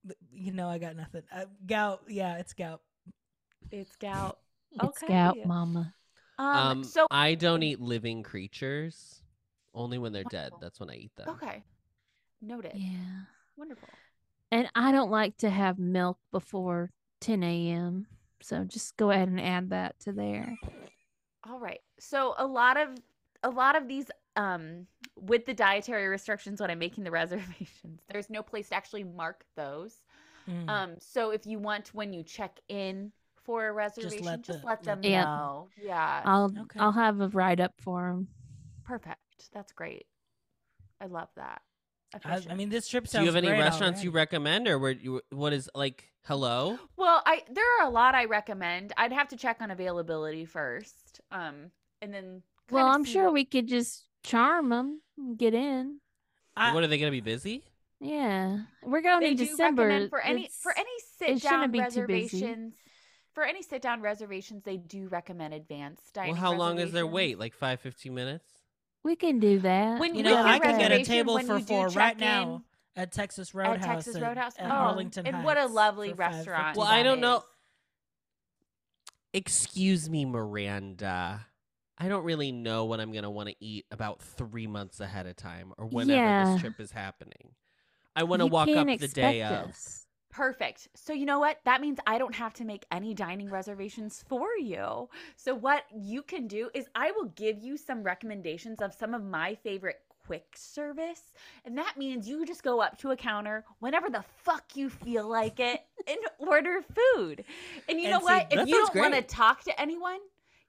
S1: th- you know, I got nothing. Uh, gout. Yeah, it's gout.
S3: it's gout.
S4: It's gout,
S3: Okay.
S4: mama.
S3: Um,
S2: Um,
S3: so
S2: I don't eat living creatures. Only when they're dead.
S3: Oh.
S2: That's when I eat them.
S3: okay, noted.
S4: Yeah.
S3: Wonderful.
S4: And I don't like to have milk before 10 a.m. So just go ahead and add that to there.
S3: All right. So a lot of a lot of these um with the dietary restrictions when I'm making the reservations, there's no place to actually mark those.
S1: Mm.
S3: Um, so if you want when you check in for a reservation, just
S1: let
S3: let,
S1: the- let
S3: them
S4: them Yeah. Um,
S3: know. Yeah.
S4: I'll
S1: Okay.
S4: I'll have a write up for him.
S3: Perfect. That's great. I love that.
S1: I, I
S3: Efficient.
S1: mean, this trip
S2: Do
S1: sounds.
S2: you have any
S1: great
S2: restaurants you
S1: already.
S2: recommend, or where you what is like? Hello.
S3: well, I there are a lot I recommend. I'd have to check on availability first. Um, and then kind
S4: Well,
S3: of
S4: I'm
S3: see
S4: sure
S3: what-
S4: we could just charm him, and get in.
S1: I-
S2: what are they going to be busy?
S4: Yeah, we're going
S3: they
S4: in
S3: do
S4: December.
S3: recommend for any for
S4: It's-
S3: any sit down
S4: shouldn't be too busy.
S3: reservations. For any sit down reservations, they do recommend advanced dining.
S2: Well, how long is their
S3: reservations.
S2: wait? Like five, fifteen minutes?
S4: we can do that.
S3: When
S1: You
S3: you
S1: know,
S3: know,
S1: I can get a
S4: it.
S3: reservation
S1: table
S3: when
S1: for
S3: you do
S1: four right
S3: check
S1: now.
S3: in
S1: At Texas Roadhouse.
S3: Texas
S1: in-
S3: Roadhouse.
S1: in
S3: Oh,
S1: Arlington
S3: and what a
S1: Heights
S3: lovely
S1: for five
S3: restaurant.
S1: fifty.
S2: Well, I
S3: that
S2: don't know.
S3: is.
S2: Excuse me, Miranda. I don't really know what I'm going to want to eat about three months ahead of time, or whenever
S4: Yeah.
S2: this trip is happening. I want to
S4: You
S2: walk up
S4: can't
S2: the day
S4: expect
S2: of.
S4: us.
S3: Perfect. So you know what? That means I don't have to make any dining reservations for you. So what you can do is I will give you some recommendations of some of my favorite quick service. And that means you just go up to a counter whenever the fuck you feel like it and order food. And you
S1: And
S3: know
S1: see,
S3: what?
S1: that
S3: If you
S2: sounds
S3: don't want to
S2: great.
S3: talk to anyone,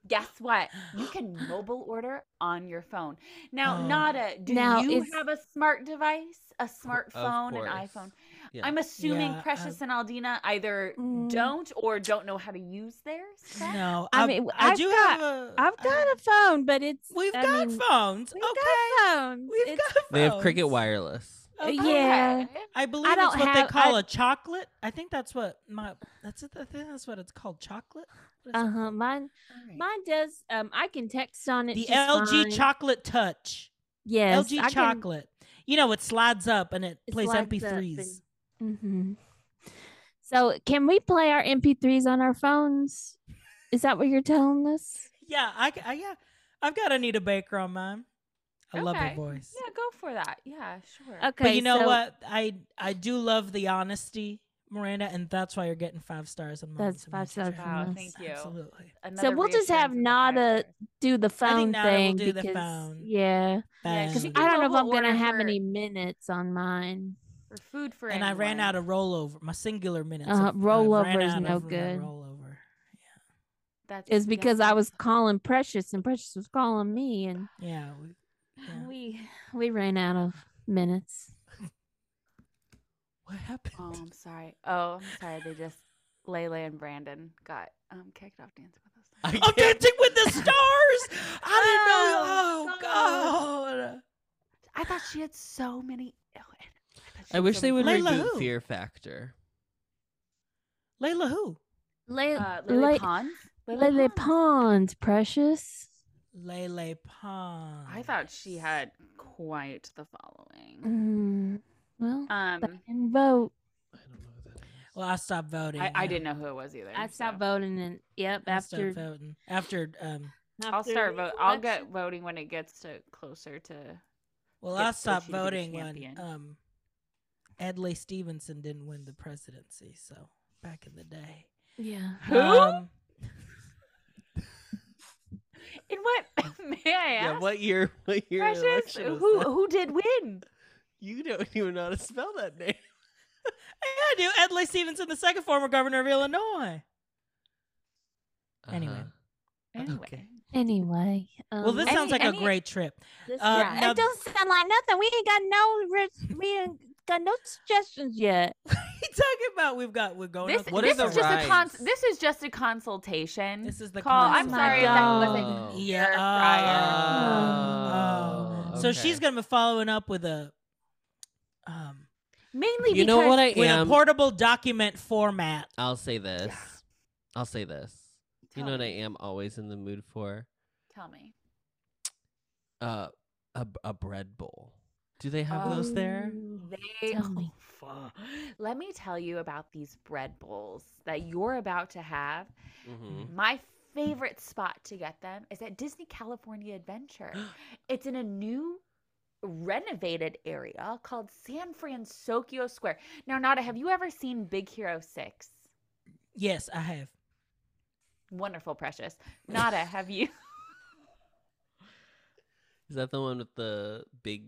S3: guess what? You can mobile order on your phone. Now,
S1: Oh.
S3: Nada, do
S4: Now,
S3: you
S4: is-
S3: have a smart device, a smartphone, an
S2: course.
S3: iPhone?
S2: Yeah.
S3: I'm assuming
S1: Yeah,
S3: Precious
S4: um,
S3: and Aldina either
S4: Mm.
S3: don't or don't know how to use theirs. correct?
S1: No,
S4: I
S1: I've-
S4: mean,
S1: I
S4: I've
S1: do
S4: got-
S1: have a.
S4: I've got a phone, but it's
S1: We've
S4: I
S1: got
S4: mean,
S1: phones.
S4: We've
S1: okay,
S4: got phones.
S1: we've
S4: It's- Uh,
S1: got. Phones.
S2: They have Cricket Wireless.
S1: Okay.
S4: Yeah.
S3: Okay.
S1: I believe it's
S4: don't
S1: what
S4: have-
S1: they call
S4: I-
S1: a chocolate. I think that's what my. That's it. I think that's what it's called. Chocolate. What is it
S4: Uh huh.
S1: called?
S4: Mine,
S3: Alright.
S4: mine does. Um, I can text on it.
S1: The
S4: just
S1: LG
S4: fine.
S1: Chocolate Touch.
S4: Yes,
S1: LG Chocolate. You know, it slides up and it
S4: It
S1: plays
S4: slides up
S1: MP3s.
S4: hmm So, can we play our MP3s on our phones? Is that what you're telling us?
S1: Yeah, I, c- I- yeah, I've got Anita Baker on mine. I love her
S3: Okay.
S1: voice.
S3: Yeah, go for that. Yeah, sure.
S4: Okay.
S1: but you know
S4: so-
S1: what? I I do love the honesty, Miranda, and that's why you're getting five stars. And
S4: That's five stars from
S3: Wow,
S4: us.
S3: thank you.
S1: Absolutely.
S3: Another
S4: we'll just
S3: reassurance
S4: have
S3: of the
S4: Nada-
S3: fireworks.
S4: Do the phone
S1: Nada will
S4: thing
S1: do the
S4: because
S1: phone.
S4: yeah,
S3: Yeah,
S1: Bang.
S3: she
S4: I
S3: can
S4: don't know if
S3: mobile
S4: I'm gonna
S3: order
S4: have
S3: for-
S4: any minutes on mine.
S3: for food for
S1: and I ran
S3: anyone.
S1: out of rollover. My singular minutes.
S4: Uh-huh,
S1: of- I
S4: rollover
S1: ran
S4: is
S1: out
S4: no
S1: of my
S4: good.
S1: Rollover.
S3: That's
S4: Is
S3: yeah.
S4: because I was calling Precious and Precious was calling me, and
S1: Yeah. we- Yeah.
S4: we we ran out of minutes.
S1: What happened?
S3: Oh, I'm sorry. Oh, I'm sorry. They just Layla and Brandon got um kicked off Dancing with Us.
S2: I
S1: I'm
S2: can't-
S1: dancing with the stars. I didn't know. Oh
S3: Oh,
S1: God.
S3: I thought she had so many. oh, and I, thought she
S2: I
S3: had
S2: wish
S3: so
S2: they would
S3: many-
S1: Layla
S2: reboot
S1: who?
S2: Fear Factor.
S1: Layla, who?
S4: Lay
S3: Uh,
S4: lay
S3: Lily Pons.
S4: lay pond, Precious.
S1: Lele Pond.
S3: I thought she had quite the following.
S4: Mm, well,
S1: Uh,
S4: back
S3: Um,
S4: and vote.
S2: I don't know who that is.
S1: Well, I stopped voting.
S3: I, I
S1: yeah.
S3: didn't know who it was either.
S4: I stopped
S3: so.
S4: voting, and yep,
S1: I stopped
S4: after
S1: voting after um.
S3: I'll
S4: after
S3: start
S4: the
S3: vote. I'll
S4: election.
S3: get voting when it gets to closer to
S1: Well,
S3: Yeah,
S1: I
S3: so
S1: stopped
S3: she would be the
S1: voting when
S3: champion.
S1: um, Adlai Stevenson didn't win the presidency. So back in the day,
S4: Yeah.
S3: Who?
S1: Um,
S3: In what may I ask?
S2: Yeah, what year? What year?
S3: Precious,
S2: election was
S3: who
S2: that?
S3: who did win?
S2: You don't even know how to spell that name.
S1: yeah, I do. Adlai Stevenson, the second former governor of Illinois. Anyway.
S2: Uh-huh.
S3: Anyway,
S2: Okay.
S4: Anyway. Um,
S1: well, this
S3: any-
S1: sounds like
S3: any-
S1: a great trip.
S4: this-
S1: uh,
S4: yeah,
S1: now-
S4: it don't sound like nothing. We ain't got no re- we ain't got no suggestions yet.
S1: He talking about we've got we're going.
S3: this,
S1: up-
S2: what
S3: this
S2: are the
S3: is just a cons-
S2: rides?
S3: This is just a consultation.
S1: This is the
S3: call.
S4: Oh
S3: I'm
S1: consult.
S3: sorry if that wasn't
S2: Oh.
S3: clear
S1: Yeah,
S3: prior.
S1: Oh.
S4: Oh,
S1: So she's gonna be following up with a um
S3: Mainly
S2: You know what I
S1: with a
S2: am?
S1: portable document format.
S2: I'll say this. I'll say this. You know what I am always in the mood for?
S3: Tell me.
S2: Uh, a a bread bowl. Do they have those
S3: Oh.
S2: there?
S3: They-
S4: Um, Tell me.
S3: Oh, fuck. Let me tell you about these bread bowls that you're about to have.
S2: Mm-hmm.
S3: My favorite spot to get them is at Disney California Adventure. It's in a new renovated area called San Francisco Square. Now, Nada, have you ever seen Big Hero 6?
S1: Yes, I have.
S3: Wonderful, precious. Nada, have you?
S2: Is that the one with the big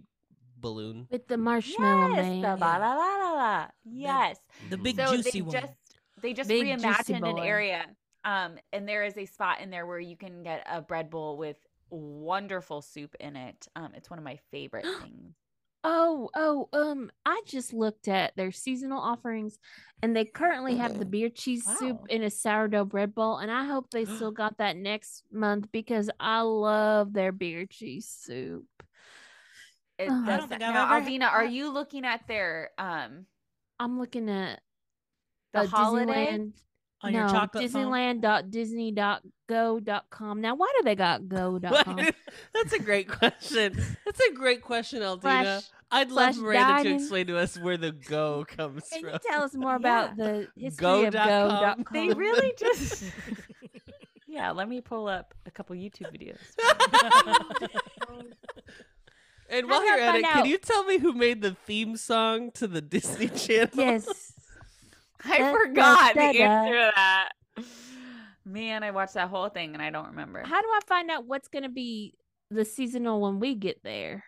S2: balloon?
S4: With the marshmallow
S3: yes,
S4: man.
S3: the la la la la la. Yes.
S1: The
S2: Mhm.
S1: big
S3: so
S1: juicy
S3: they
S1: one.
S3: just they just
S4: Big juicy
S3: reimagined an
S4: boy.
S3: area. Um, and there is a spot in there where you can get a bread bowl with wonderful soup in it. Um, it's one of my favorite things.
S4: Oh, oh, um, I just looked at their seasonal offerings and they currently have the beer cheese soup
S3: Wow.
S4: in a sourdough bread bowl. And I hope they still got that next month because I love their beer cheese soup.
S3: It
S4: Uh-huh. I
S3: does
S1: don't think
S3: that.
S1: I've
S3: now,
S1: ever
S3: Aldina, are
S1: had-
S3: you looking at their um
S4: I'm looking at
S3: the
S4: uh,
S3: holiday?
S4: Disneyland.
S1: on
S4: no,
S1: your chocolate phone?
S4: Disneyland.disney.go.com. Now, why do they got
S2: What?
S4: go.com?
S2: That's a great question. That's a great question, Aldina.
S4: Slash-
S2: I'd love
S4: slash
S2: Miranda to
S4: dining.
S2: explain to us where the go comes
S4: Can you
S2: from.
S4: tell us more
S3: Yeah.
S4: about the
S2: Go
S4: history of
S2: dot com.
S4: go.com?
S3: They really just Yeah, let me pull up a couple YouTube videos.
S2: and
S4: How
S2: while
S4: do I
S2: you're at
S4: find
S2: it, can
S4: out?
S2: you tell me who made the theme song to the Disney Channel?
S4: Yes.
S3: I
S4: Da-
S3: forgot the
S4: da- da-
S3: answer to that. Man, I watched that whole thing and I don't remember.
S4: How do I find out what's going to be the seasonal when we get there?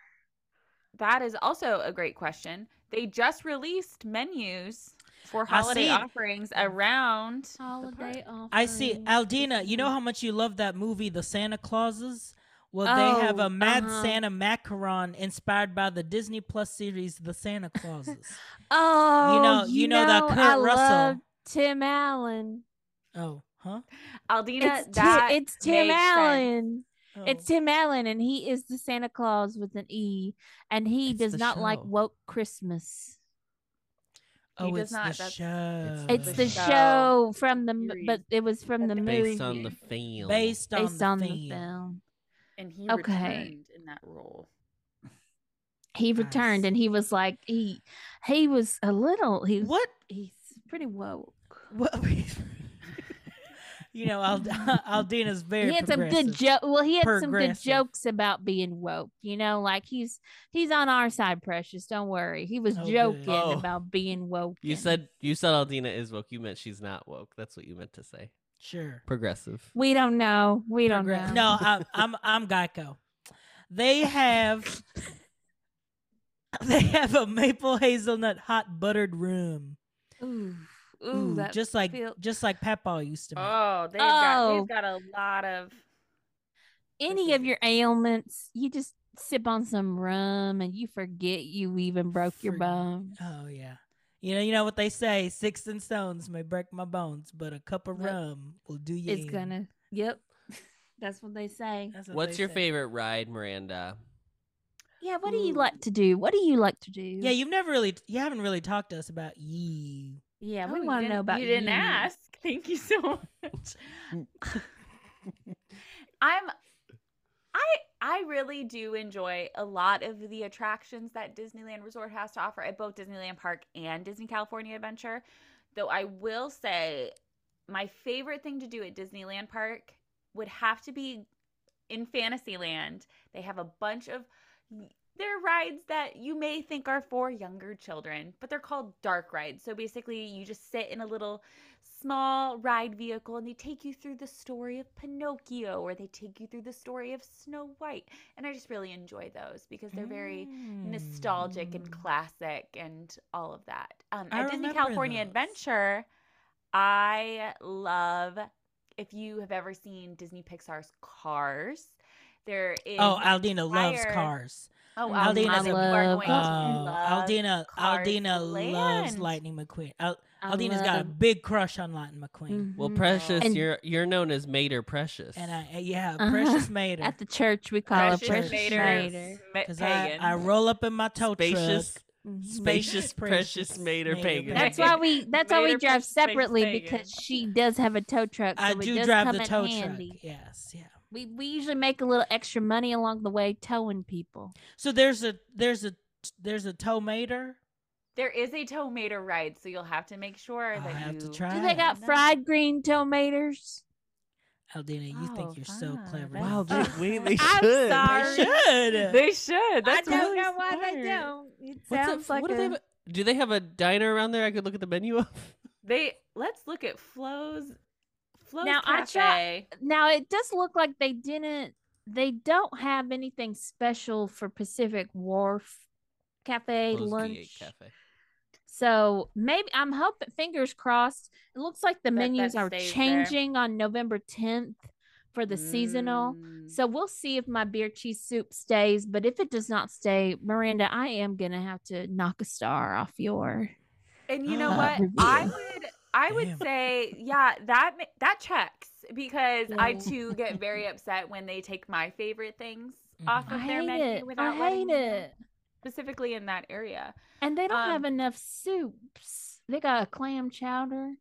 S3: That is also a great question. They just released menus. for
S1: I
S3: holiday
S1: see.
S3: offerings around.
S4: Holiday offer.
S1: I see. Aldina, you know how much you love that movie, The Santa Clauses? Well, they have
S4: Oh,
S1: a Mad
S4: uh-huh.
S1: Santa macaron inspired by the Disney Plus series, The Santa Clauses.
S4: Oh,
S1: you know, you, know, that Kurt
S4: I
S1: Russell.
S4: love Tim Allen.
S1: Oh, huh?
S3: Aldina,
S4: It's, Ti-
S3: that
S4: it's Tim
S3: makes sense.
S4: Allen.
S1: Oh.
S4: It's Tim Allen, and he is the Santa Claus with an E, and he
S2: It's
S4: does
S2: the
S4: not like
S2: show.
S4: woke Christmas.
S1: oh, it's
S3: does not-
S1: the
S3: that's-
S1: show.
S2: Oh.
S4: It's the
S3: show
S4: show from the, m-
S3: series
S4: but it was from the
S3: that they-
S4: movie
S2: based on the film.
S1: based on,
S4: based on the
S1: theme.
S4: film.
S3: and he
S4: Okay.
S3: returned in that role.
S4: He
S1: I
S4: returned, and
S1: see.
S4: he was like he he was a little he was,
S1: What?
S4: he's pretty woke.
S1: what you know, Ald- Aldina's very
S4: he had some good
S1: progressive.
S4: joke. Well, he had some good
S1: Progressive.
S4: jokes about being woke. You know, like he's he's on our side, precious. Don't worry. He was
S1: Oh, good.
S4: joking
S2: Oh.
S4: about being woke.
S2: You said you said Aldina is woke. You meant she's not woke. That's what you meant to say.
S1: Sure.
S2: Progressive.
S4: we don't know. We don't know.
S1: Progress- No, I'm I'm I'm Geico. They have they have a maple hazelnut hot buttered room.
S4: Ooh, ooh,
S1: Ooh,
S4: that
S1: just like
S4: feel-
S1: just like Papaw used to make.
S3: Oh, they've got
S4: Oh.
S3: they've got a lot of
S4: any
S3: this
S4: of
S3: is-
S4: your ailments, you just sip on some rum and you forget you even broke your
S1: Forget.
S4: bone.
S1: oh yeah. You know, you know what they say: six and stones may break my bones, but a cup of
S4: Yep.
S1: rum will do you.
S4: It's
S1: in.
S4: gonna. Yep, that's what they say.
S1: That's what
S2: What's
S1: they
S2: your
S1: say.
S2: favorite ride, Miranda?
S4: Yeah. What do you
S1: Ooh.
S3: Mm.
S4: like to do? What do you like to do?
S1: Yeah, you've never really, you haven't really talked to us about you.
S4: yeah.
S3: Oh,
S4: We
S3: you
S4: want to know
S3: didn't-
S4: about Mm.
S3: you didn't ask. Thank you so much. I'm I I really do enjoy a lot of the attractions that Disneyland Resort has to offer at both Disneyland Park and Disney California Adventure. Though I will say my favorite thing to do at Disneyland Park would have to be in Fantasyland. They have a bunch of they're rides that you may think are for younger children, but they're called dark rides. So basically, you just sit in a little small ride vehicle and they take you through the story of Pinocchio or they take you through the story of Snow White. And I just really enjoy those because they're very nostalgic and
S1: Mm.
S3: classic and all of that. Um,
S1: I
S3: at Disney
S1: remember
S3: California
S1: those.
S3: Adventure, I love if you have ever seen Disney Pixar's Cars. There is
S1: Oh, Aldina loves
S3: entire-
S1: cars.
S3: Oh, Aldina,
S4: Mm, I
S3: you are
S4: love
S3: going
S1: Oh,
S3: to
S4: cars.
S3: love
S1: Aldina,
S3: Cars
S1: Aldina loves
S3: Land.
S1: Lightning McQueen. Al-
S4: I
S1: Aldina's got a
S4: love-
S1: big crush on Lightning McQueen,
S2: Well,
S4: Mhm.
S2: Precious,
S4: And-
S2: you're you're known as Mater Precious.
S1: and I yeah,
S4: Uh-huh.
S1: precious made her
S4: At the church, we call
S1: Precious
S4: her Precious
S1: Mater.
S4: Mater.
S1: because I,
S3: Pagan.
S1: I roll up in my tow
S2: spacious,
S1: truck.
S3: Mm-hmm.
S4: Mhm.
S2: spacious, precious Mater
S1: Mater Pagan.
S2: Pagan.
S4: That's why
S3: Mater-
S4: we. That's why we
S3: Mater
S4: drive
S3: Precious Mater
S4: separately
S3: Fagan.
S4: because she does have a tow truck. So
S1: I
S4: it
S1: do
S4: does
S1: drive
S4: come
S1: the
S4: in
S1: tow
S4: handy.
S1: truck. Yes, yeah.
S4: We we usually make a little extra money along the way towing people.
S1: So there's a there's a there's a tow mater.
S3: There is a tomato ride, so you'll have to make sure
S1: I'll
S3: that
S1: Oh, have
S3: you
S1: to try.
S4: Do they got
S3: No.
S4: fried green tomatoes?
S1: Aldina, you
S3: Oh,
S1: think you're so
S3: fine.
S1: clever.
S3: That's-
S2: Wow,
S4: they-
S2: we- they
S4: I'm
S2: should. They
S4: sorry.
S1: They should.
S3: They should. That's
S4: I don't
S3: really
S4: know why they
S3: smart.
S4: don't. It
S2: What's
S4: sounds
S2: that-
S4: like
S2: what do
S4: a,
S2: they have? a- Do they have a diner around there I could look at the menu of?
S3: They let's look at Flo's Flo's
S4: Now, I
S3: Cafe.
S4: try- now it does look like they didn't. They don't have anything special for Pacific Wharf Cafe
S2: Close the
S4: lunch.
S2: Eight Cafe.
S4: So maybe I'm hoping. Fingers crossed. It looks like the
S3: That- that
S4: menus are
S3: stays there.
S4: changing on November 10th for the seasonal.
S3: Mm.
S4: So we'll see if my beer cheese soup stays, but if it does not stay, Miranda, I am gonna have to knock a star off your.
S3: And you know
S4: Uh,
S3: what?
S4: review.
S3: I would I would
S1: Damn.
S3: say yeah, that ma- that checks because I
S4: Yeah.
S3: too get very upset when they take my favorite things off
S1: Mhm.
S4: I
S3: of their
S4: hate
S3: menu
S4: it.
S3: without
S4: I
S3: letting
S4: hate
S3: me know,
S4: it.
S3: specifically in that area.
S4: And they don't
S3: Um,
S4: have enough soups. They got a clam chowder.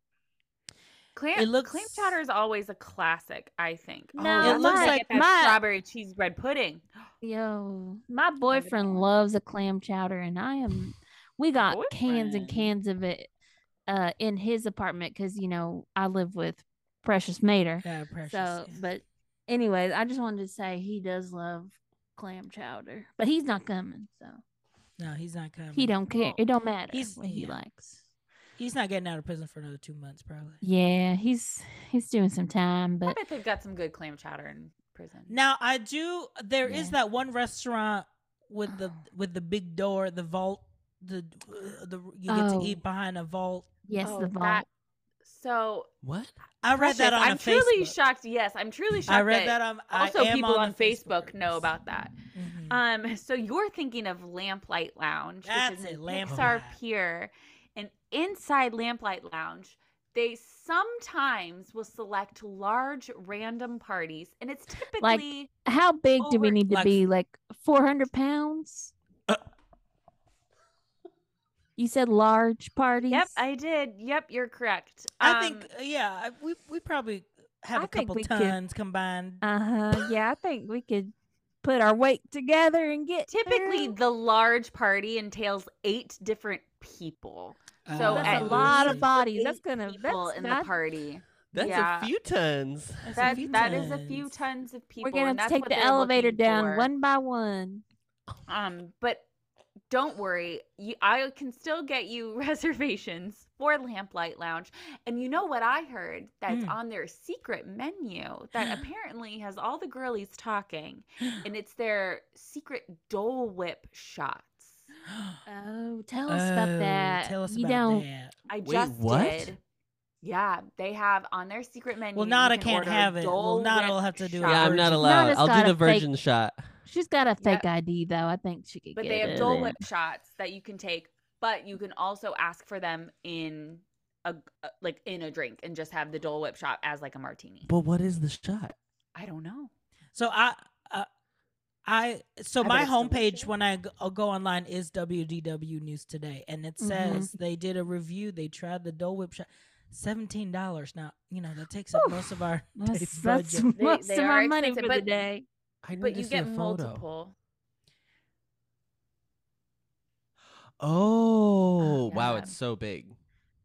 S3: Clam,
S1: It looks-
S3: clam chowder is always a classic, I think.
S4: No, It
S3: that's
S1: looks
S3: when I
S1: like
S3: get that
S4: my-
S3: strawberry cheese bread pudding.
S4: Yo, my boyfriend loves a clam chowder, and I am. We got cans and
S3: Boyfriend.
S4: cans of it uh, in his apartment because you know I live with Precious Mater.
S1: Yeah, precious.
S4: So,
S1: yeah.
S4: but anyways, I just wanted to say he does love clam chowder, but he's not coming, so
S1: no, he's not coming.
S4: he don't care. It don't matter
S1: he's-
S4: what he
S1: yeah.
S4: likes.
S1: He's not getting out of prison for another two months, probably.
S4: Yeah, he's he's doing some time,
S3: I
S4: but
S3: bet they've got some good clam chowder in prison.
S1: Now I do. There is
S4: Yeah.
S1: that one restaurant with the with the big door, the vault. The uh, the you get
S4: Oh.
S1: to eat behind a vault
S4: Yes,
S3: Oh,
S4: the vault.
S3: that- So
S2: What?
S1: I read that on
S3: precious. I'm
S1: Facebook.
S3: truly shocked. Yes, I'm truly shocked.
S1: I read that
S3: that
S1: on I
S3: also
S1: am
S3: people on,
S1: the
S3: Facebook know
S1: groups.
S3: about that.
S1: Mhm.
S3: Um, so you're thinking of Lamplight Lounge,
S1: That's
S3: which is
S1: it,
S3: in Pixar
S1: Lamplight.
S3: Pier, and inside Lamplight Lounge, they sometimes will select large random parties, and it's typically
S4: How big do we
S3: over-
S4: need to
S1: like-
S4: be? Like 400 pounds?
S1: Uh.
S4: you said large parties?
S3: yep, I did. Yep, you're correct.
S1: I
S3: Um,
S1: think yeah, I- we we probably have
S4: I
S1: a
S4: think
S1: couple
S4: we could-
S1: tons combined.
S4: Uh huh. Yeah, I think we could put our weight together and get
S3: typically
S4: through.
S3: the large party entails eight different people. so
S1: Uh,
S4: Oh, that's a
S3: at
S4: lot of
S3: least
S4: bodies.
S3: eight
S4: That's gonna
S3: people
S4: that's
S3: in
S4: not-
S3: the party.
S2: That's
S3: Yeah.
S2: a few tons.
S1: That's a
S3: That
S1: few
S3: that is a few
S1: tons.
S3: tons of people.
S4: We're gonna
S3: and
S4: have
S3: that's
S4: to take
S3: what
S4: the
S3: they're
S4: elevator
S3: looking
S4: down
S3: for.
S4: one by one.
S3: Um, but don't worry, you, I can still get you reservations for Lamplight Lounge. And you know what I heard? That's
S1: Mm.
S3: on their secret menu that apparently has all the girlies talking, and it's their secret Dole Whip shots.
S4: Oh, tell us about
S1: Oh,
S4: that.
S1: Tell us
S4: you
S1: about
S4: don't.
S1: that.
S3: I
S2: Wait,
S3: just
S2: what?
S3: did. Yeah, they have on their secret menu.
S1: Well,
S3: you
S1: Nada
S3: can
S1: can't
S3: order
S1: have it. Well,
S3: Dole
S1: Nada will
S3: Whip
S1: have to do it.
S3: shots.
S2: Yeah, I'm
S1: virgin.
S2: not
S1: No,
S2: allowed.
S4: it's
S2: I'll
S4: got
S2: do
S4: a
S2: the
S4: fake-
S2: virgin shot.
S4: She's got a
S3: Yep.
S4: fake ID though. I think she could
S3: But
S4: get
S3: they
S4: it
S3: have Dole
S4: in.
S3: Whip shots that you can take, but you can also ask for them in a a- like in a drink and just have the Dole Whip shot as like a martini.
S2: But what is the shot?
S3: I don't know.
S1: So I, uh, I so
S3: I bet
S1: my
S3: it's delicious.
S1: homepage when I go, I'll go online is WDW News Today, and it
S4: Mhm.
S1: says they did a review. They tried the Dole Whip shot, seventeen dollars. Now you know that takes up
S4: Oof.
S1: most of our day
S4: That's, that's
S1: budget.
S3: They-
S4: most
S3: they
S4: of
S3: are
S4: our money for
S3: expensive,
S4: the
S3: but-
S4: day.
S2: I need
S3: But
S2: to
S3: you
S2: see
S3: get
S2: a photo.
S3: multiple.
S2: Oh, wow,
S3: yeah.
S2: it's so big.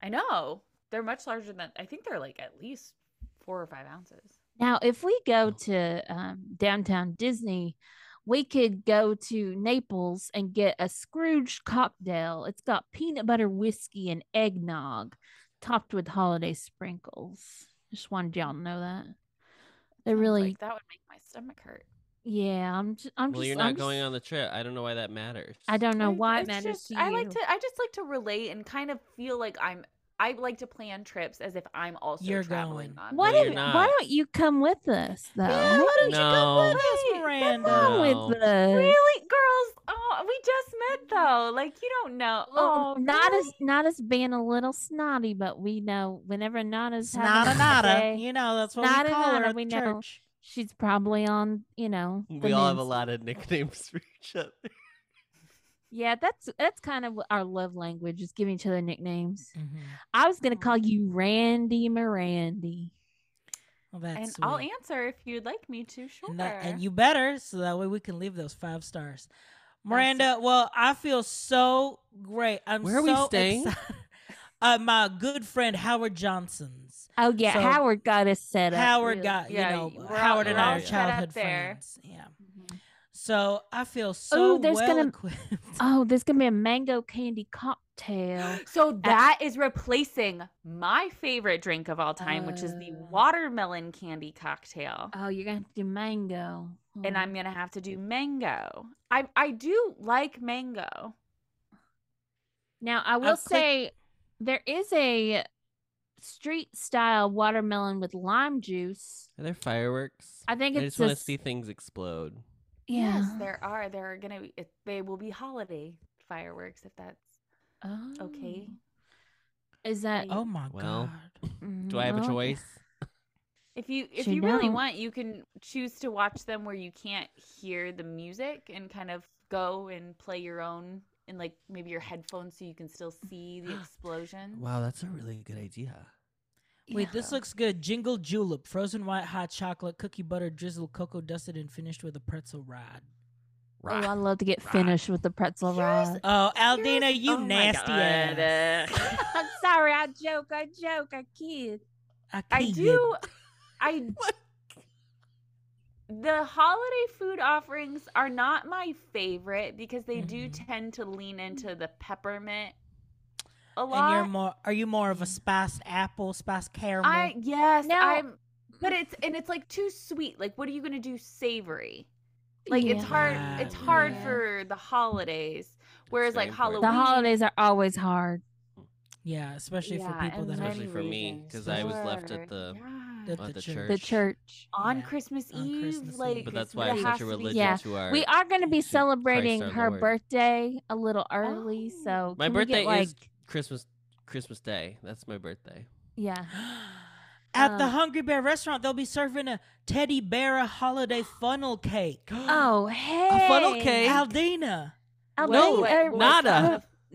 S3: I know. They're much larger than I think they're like at least four or five ounces.
S4: Now, if we
S1: Oh.
S4: go to um, downtown Disney, we could go to Naples and get a Scrooge cocktail. It's got peanut butter whiskey and eggnog, topped with holiday sprinkles. Just wanted y'all to know that. They
S3: Sounds
S4: really,
S3: like, that would make my stomach hurt.
S4: yeah. I'm, just, I'm
S2: well,
S4: just.
S2: you're not
S4: I'm
S2: going
S4: just-
S2: on the trip. I don't know why that matters.
S4: I don't know
S3: I-
S4: why it
S3: it's
S4: matters
S3: just-
S4: to you.
S3: I like to I just like to relate and kind of feel like I'm I like to plan trips as if I'm also
S1: You're
S3: traveling
S1: going.
S3: on
S4: Why
S2: No, you're
S4: don't
S2: not.
S4: Why don't you come with us though?
S1: Yeah, why don't you come
S2: No.
S1: with us,
S3: Wait, that's
S1: Miranda?
S4: Come
S2: No.
S4: with us.
S3: Really, girls? Oh, we just met though. Like you don't know.
S4: Well,
S3: oh,
S4: not
S3: really?
S4: as not as being a little snotty, but we know whenever Nana's
S1: It's not
S4: having
S1: a
S4: bad
S1: nada.
S4: day,
S1: You know that's what
S4: Nada,
S1: we call her
S4: nada,
S1: at
S4: we
S1: the
S4: know.
S1: church.
S4: she's probably on. You know, the
S2: We all have a
S4: men's-
S2: lot of nicknames for each other.
S4: Yeah, that's that's kind of what our love language is giving each other nicknames.
S1: Mhm.
S4: I was gonna
S3: Aw.
S4: call you Randy Mirandy.
S1: Well, that's
S3: and I'll
S1: sweet.
S3: answer if you'd like me to. Sure.
S1: and, that, and you better so that way we can leave those five stars miranda well i feel so great i'm
S2: Where are we
S1: so
S2: staying?
S1: excited. uh, my good friend howard johnson's
S4: Oh yeah,
S1: So,
S4: Howard got us set up.
S1: howard
S4: really.
S1: got
S3: Yeah,
S1: you
S3: we're
S1: know
S3: all-
S1: howard and
S2: we're
S1: i
S2: all
S1: are
S2: set up
S1: childhood
S3: there.
S1: friends yeah
S2: Mm-hmm.
S4: Mhm.
S1: so i feel so
S4: there's
S1: well
S4: gonna-
S1: equipped
S4: Oh, there's gonna be a mango candy cocktail.
S3: So that is replacing my favorite drink of all time, which is the
S4: Uh.
S3: watermelon candy cocktail.
S4: Oh, you're gonna have to do mango.
S3: and
S4: Oh.
S3: I'm gonna have to do mango. I I do like mango.
S4: Now, I will
S1: click-
S4: say there is a street style watermelon with lime juice.
S2: Are there fireworks?
S4: I think
S2: I
S4: it's
S2: just want to
S4: just-
S2: see things explode.
S4: Yeah.
S3: Yes, there are. There are gonna be. It, they will be holiday fireworks if that's
S4: Oh.
S3: okay.
S4: Is that
S1: oh my
S2: Well,
S1: god
S2: Do I have a
S4: Mm,
S2: choice?
S3: If you if
S4: She
S3: you really
S4: don't.
S3: want, you can choose to watch them where you can't hear the music and kind of go and play your own in like maybe your headphones so you can still see the explosion.
S2: Wow, that's a really good idea.
S1: wait this
S4: Yeah.
S1: looks good jingle julep frozen white hot chocolate cookie butter drizzled cocoa dusted and finished with a pretzel rod
S4: Oh, I
S2: Rock.
S4: love to get
S2: Rah.
S4: finished with the pretzel
S3: Here's-
S4: rod.
S1: oh
S3: Here's-
S1: aldina you
S3: Oh my
S1: nasty
S3: God.
S1: ass.
S4: I'm sorry, I joke, I joke, I kid.
S3: I
S1: kid.
S3: do. I. The holiday food offerings are not my favorite because they do
S1: Mhm.
S3: tend to lean into the peppermint a lot.
S1: And you're more are you more of a spiced apple, spiced caramel?
S3: I yes,
S4: Now- mm.
S3: I'm but it's and it's like too sweet. Like what are you going to do savory? Like it's
S4: Yeah.
S3: hard
S1: Yeah,
S3: it's hard
S4: yeah.
S3: for the holidays whereas
S2: very
S3: like
S2: important.
S3: Halloween
S4: The holidays are always hard.
S1: Yeah, especially for
S3: Yeah,
S1: people
S3: and
S1: that
S3: many
S1: have
S2: Especially for me,
S3: reasons.
S2: 'cause I was left at
S3: Sure.
S2: the-
S3: Yeah.
S1: At
S2: At
S1: the
S2: the
S1: church.
S4: the church.
S3: on
S1: Yeah.
S3: Christmas
S1: On
S3: Eve,
S1: Christmas
S3: like
S1: Eve.
S2: But that's
S1: Because
S2: why
S1: it
S2: I'm
S1: has
S2: such a
S1: to be-
S2: religion
S4: Yeah,
S2: to our.
S4: We are going to be
S1: Christ
S4: celebrating
S2: our
S4: her
S2: Lord.
S4: birthday a little early,
S3: Oh.
S4: so
S2: my
S4: can we
S2: birthday
S4: get, like
S2: is Christmas Christmas Day. That's my birthday.
S4: yeah.
S1: At the
S4: Um,
S1: Hungry Bear restaurant, they'll be serving a teddy bear holiday funnel cake.
S4: Oh hey,
S2: funnel cake?
S1: Aldina.
S4: Aldina,
S2: Wait,
S4: uh,
S2: nada.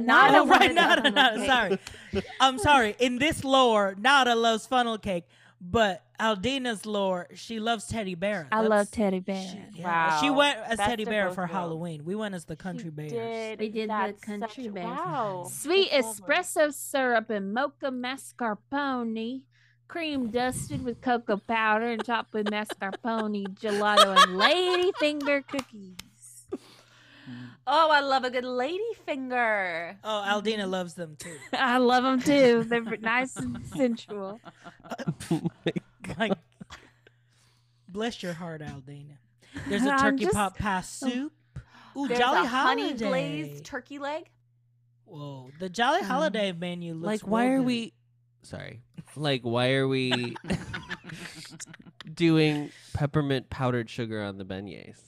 S3: Nada,
S4: nada,
S1: Oh,
S3: wanted
S1: right,
S3: a
S1: Nada,
S3: funnel
S1: Nada.
S3: cake.
S1: Sorry. I'm sorry. In this lore, Nada loves funnel cake, but Aldina's lore, she loves teddy bear.
S4: I love
S1: That's-
S4: teddy bear.
S1: She, yeah, she
S3: Wow.
S1: went as
S3: Best
S1: teddy
S3: of
S1: bear
S3: both
S1: for
S3: worlds.
S1: Halloween. We went as the country bears.
S4: We did the
S3: That's
S4: country
S3: such-
S4: bears.
S3: Wow. Oh
S4: Sweet
S3: That's lovely.
S4: espresso syrup and mocha mascarpone, cream dusted with cocoa powder and topped with mascarpone, gelato, and ladyfinger cookies.
S3: Oh, I love a good lady finger.
S1: Oh,
S3: Mm-hmm.
S1: Aldina loves them too.
S4: I love them too. They're v- nice and sensual.
S1: Like, bless your heart, Aldina. There's a
S4: I'm
S1: turkey
S4: just-
S1: pot pie soup. Ooh,
S3: There's
S1: Jolly
S3: a honey
S1: Holiday.
S3: glazed turkey leg.
S1: Whoa, the Jolly
S4: Um,
S1: Holiday menu looks
S2: like why
S1: real
S2: are
S1: good.
S2: we sorry. Like why are we doing peppermint powdered sugar on the beignets?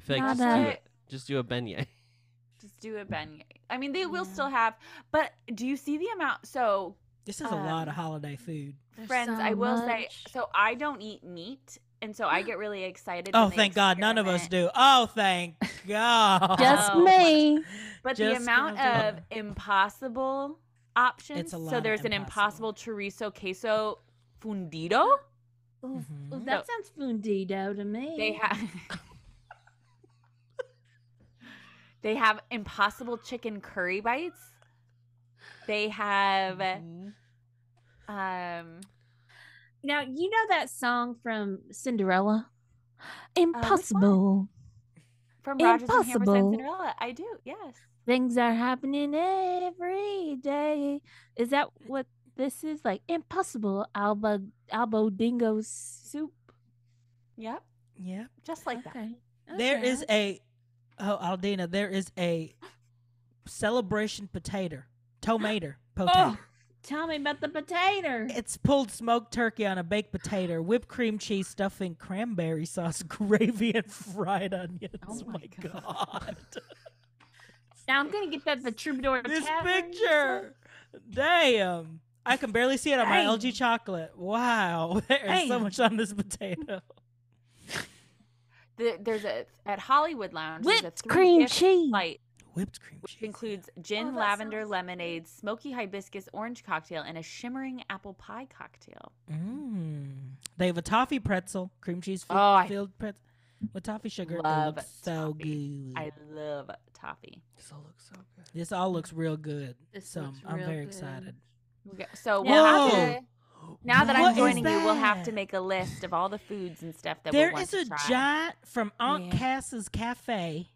S2: I feel like just do,
S4: Nada.
S2: a, just do a beignet.
S3: Just do a beignet. I mean, they will
S4: Yeah.
S3: still have, but do you see the amount? So,
S1: This is a lot
S3: um,
S1: of holiday food.
S3: friends, I will say,
S4: much.
S3: so I don't eat meat, and so I get really excited.
S1: Oh,
S3: when they
S1: thank God, none of us
S3: experiment.
S1: do. Oh, thank God.
S4: Just
S3: Oh.
S4: me.
S3: But
S1: Just
S3: the amount
S1: gonna
S3: of
S1: do
S3: impossible options.
S1: It's a lot
S3: so
S1: of
S3: there's an
S1: impossible.
S3: impossible chorizo queso fundido.
S4: Oof,
S1: Mhm.
S4: oof, that sounds fundido to me.
S3: They have. they have impossible chicken curry bites. They have
S1: Mm.
S3: um
S4: now you know that song from Cinderella, Impossible.
S3: from Rogers and Hammerstein
S4: Impossible.
S3: Cinderella. I do, yes.
S4: Things are happening every day. Is that what this is like? Impossible Alba Albo Dingo soup.
S3: Yep.
S1: Yeah.
S3: Just like that.
S1: There
S4: okay.
S1: is a oh Aldina, there is a celebration potato. Tomato. Potato.
S4: Oh, tell me about the potato.
S1: It's pulled smoked turkey on a baked potato, whipped cream cheese stuffing, cranberry sauce, gravy, and fried onions.
S3: Oh my
S1: god.
S4: Now I'm gonna get that the troubadour.
S1: this
S4: Tavern, you said?
S1: picture. Damn. I can barely see it on my
S4: Dang.
S1: LG chocolate. Wow. There's so
S4: Damn.
S1: much on this potato.
S3: The, there's a at Hollywood Lounge. there's a
S4: Whipped
S3: three
S4: cream
S3: gift
S4: cheese.
S3: flight,
S1: Whipped cream
S3: which
S1: cheese.
S3: includes
S1: Oh,
S3: gin,
S4: that
S3: lavender,
S4: sounds
S3: lemonade, smoky hibiscus, orange cocktail, and a shimmering apple pie cocktail.
S1: Mm. They have a toffee pretzel, cream cheese fi-
S3: Oh, I
S1: filled pretzel with toffee sugar. It
S3: love
S1: looks so
S3: toffee.
S1: good.
S3: I love toffee.
S2: This all looks so good.
S1: This all looks real good.
S4: This
S1: so
S4: looks
S1: I'm
S4: real
S1: very
S4: good.
S1: excited.
S3: Okay, So
S4: Now
S3: we'll have
S1: Whoa.
S3: to, now that
S1: What
S3: I'm
S1: is
S3: joining you, we'll have to
S1: that?
S3: make a list of all the foods and stuff that
S1: There
S3: we'll want
S1: is a
S3: to try.
S1: giant from Aunt
S4: Yeah.
S1: Cass's Cafe,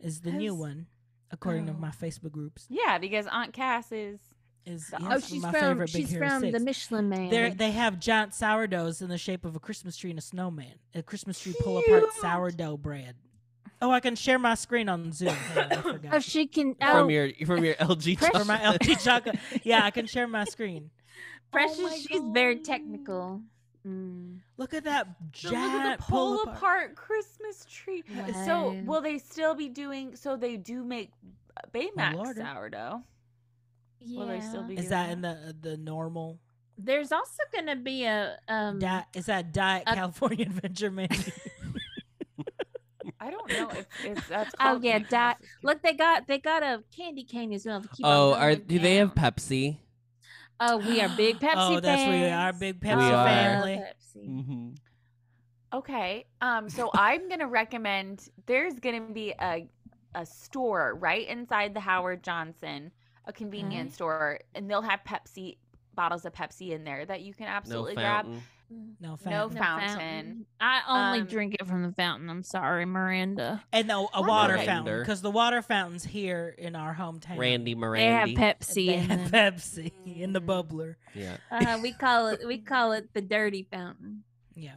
S1: is the new
S4: Has-
S1: one, according
S4: Oh.
S1: to my Facebook groups.
S3: Yeah, because Aunt Cass is
S1: Is
S3: The-
S1: yes,
S4: Oh, she's
S1: my
S4: from
S1: favorite Big
S4: she's
S1: Hero
S4: from the
S1: Six.
S4: Michelin Man.
S1: They're, they have giant sourdoughs in the shape of a Christmas tree and a snowman. A Christmas tree pull apart
S3: Cute.
S1: sourdough bread. Oh, I can share my screen on Zoom. Hang on, I forgot.
S4: oh, she can. Oh,
S2: From your from your LG
S4: Press-
S1: for my LG chocolate. Yeah, I can share my screen.
S4: Precious,
S3: my
S4: she's very
S3: God.
S4: technical. Oh Mm.
S1: Look at that
S3: So look at
S1: giant
S3: the
S1: pull
S3: pull
S1: apart.
S3: apart Christmas tree. So
S4: Wow.
S3: will they still be doing? So they do make Baymax
S1: lordy.
S3: sourdough.
S4: Yeah.
S3: Will they still be?
S1: Is
S3: doing
S1: that in the uh, the normal?
S4: There's also gonna be a um.
S1: Di- is that Diet
S4: Uh,
S1: California Adventure menu?
S3: I don't know if, if that's.
S4: Oh
S3: called
S4: yeah,
S3: Baymax.
S4: di- look they got they got a candy cane as well. To keep on
S2: Oh, are
S4: going
S2: do they have
S4: down.
S2: Pepsi?
S4: Oh, we are big Pepsi
S1: oh, that's where we are.
S4: fans.
S1: Big
S4: Oh,
S1: Pepsi
S2: We are.
S1: family.
S4: Pepsi.
S2: Mm-hmm.
S3: Okay. Um. So I'm gonna recommend. There's gonna be a a store right inside the Howard Johnson, a convenience
S4: Mm-hmm.
S3: store, and they'll have Pepsi bottles of Pepsi in there that you can
S2: No
S3: absolutely grab.
S2: fountain.
S1: No,
S3: No
S1: fountain.
S4: The
S3: fountain.
S4: I only
S3: Um,
S4: drink it from the fountain. I'm sorry, Miranda.
S1: and no, a
S3: Why
S1: water
S2: not?
S1: fountain
S2: Render.
S1: because the water fountains here in our hometown.
S2: Randy
S4: They have
S2: Miranda.
S4: Pepsi
S1: They
S4: in
S1: have
S4: them. Uh-huh,
S1: Pepsi in the
S4: Mm.
S1: bubbler.
S2: yeah.
S4: Uh, we call it we call it the dirty fountain.
S1: Yeah.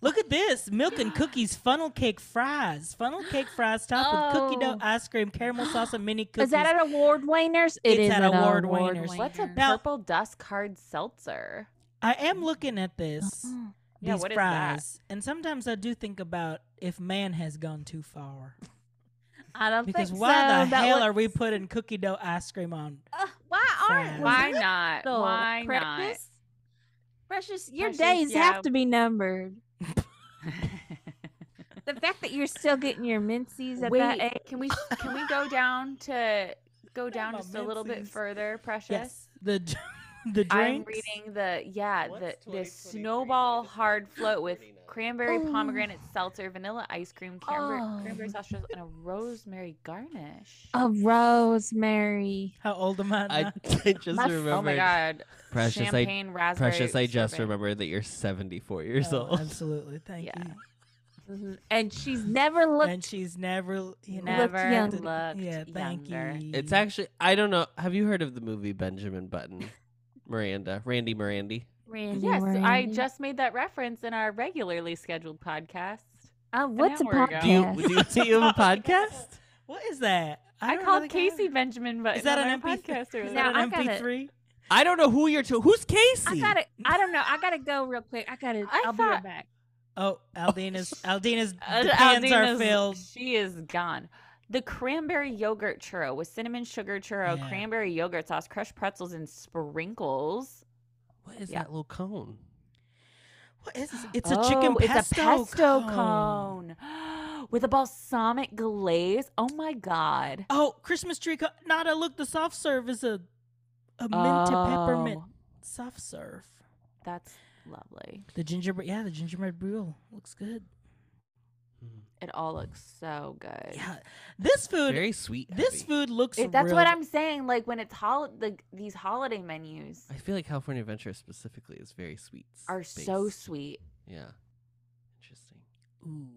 S1: Look at this milk and cookies funnel cake fries. Funnel cake fries topped with cookie dough,
S4: Oh.
S1: ice cream, caramel sauce, and mini cookies.
S4: Is that at award winners? It
S1: It's
S4: is
S1: at Award Winners.
S3: What's a
S1: Now-
S3: purple dust card seltzer?
S1: I am looking at this.
S4: Mm.
S3: Yeah,
S1: these
S3: what is that?
S1: fries, and sometimes I do think about if man has gone too far.
S4: I don't
S1: Because
S4: think
S1: why
S4: so.
S1: the
S4: That
S1: hell
S4: looks-
S1: are we putting cookie dough ice cream on?
S4: Ugh,
S1: Why
S4: why
S1: aren't
S4: aren't?
S1: we?
S3: Why not? Why not?
S4: Precious? Precious, your
S3: Precious,
S4: days
S3: yeah.
S4: have to be numbered. The fact that you're still getting your minces at that age.
S3: Wait, Eh, can we can we go down to go down
S1: my
S3: just a little bit
S1: menses.
S3: further, Precious?
S1: Yes, the d- the drinks.
S3: I'm reading the yeah the
S2: What's
S3: the
S2: 2023
S3: snowball
S2: divided by
S3: hard float with
S2: 49?
S3: cranberry
S4: Oh.
S3: pomegranate seltzer, vanilla ice cream, cranberry,
S4: Oh.
S3: cranberry sausages, and a rosemary garnish.
S1: Oh,
S4: A rosemary.
S1: How old am I?
S2: I,
S1: Now?
S2: I just
S4: My- oh my
S2: remembered.
S3: oh my god!
S2: Precious, I
S3: Champagne raspberry.
S2: precious, I just
S3: sorbet.
S2: remembered that you're 74 years
S1: Oh,
S2: old.
S1: absolutely, thank
S3: Yeah.
S1: you.
S4: Mhm. And she's never looked.
S1: and she's never, you know,
S4: Looked
S3: Never
S4: young.
S3: looked,
S1: yeah, thank
S3: younger.
S1: you.
S2: It's actually I don't know. Have you heard of the movie Benjamin Button? Miranda, Randy Mirandy.
S4: Randy,
S3: Yes, I
S4: Randy.
S3: just made that reference in our regularly scheduled podcast.
S4: Oh, what's a
S3: hour ago.
S2: Do you
S4: podcast?
S2: do you, do you have a podcast?
S1: What is that?
S3: I,
S1: don't know
S3: called
S1: the guy.
S3: Casey Benjamin, but
S1: Is that an MP3?
S3: podcast
S1: Is
S3: earlier.
S4: Now,
S1: that an
S4: I gotta-
S1: MP3?
S2: I don't know who you're to. Who's
S4: I
S2: Casey?
S4: gotta. I don't know. I gotta go real quick. I gotta.
S3: I
S4: I will be right
S3: thought-
S4: back.
S1: Oh, Aldina's Aldina's
S3: Uh,
S1: the pans are
S3: Aldina's-
S1: filled.
S3: She is gone. The cranberry yogurt churro with cinnamon sugar churro,
S1: Yeah.
S3: cranberry yogurt sauce, crushed pretzels, and sprinkles.
S2: What is
S3: Yeah.
S2: that little cone?
S1: What is this? It's a
S3: Oh,
S1: chicken pesto.
S3: It's a pesto
S1: cone.
S3: cone, with a balsamic glaze. Oh my god!
S1: Oh, Christmas tree. Co- Nada, look, the soft serve is a a mint to peppermint
S3: Oh,
S1: soft serve.
S3: That's lovely.
S1: The gingerbread, yeah, the gingerbread brule looks good.
S2: Hmm.
S3: It all looks so good.
S1: Yeah, this food,
S2: Very sweet.
S1: this
S2: Abby.
S1: food looks.
S3: It- that's what
S1: real-
S3: I'm saying. Like when it's hol- the, these holiday menus
S2: I feel like California Adventure specifically is very sweet.
S3: are so sweet.
S2: Yeah. Interesting.
S1: Ooh.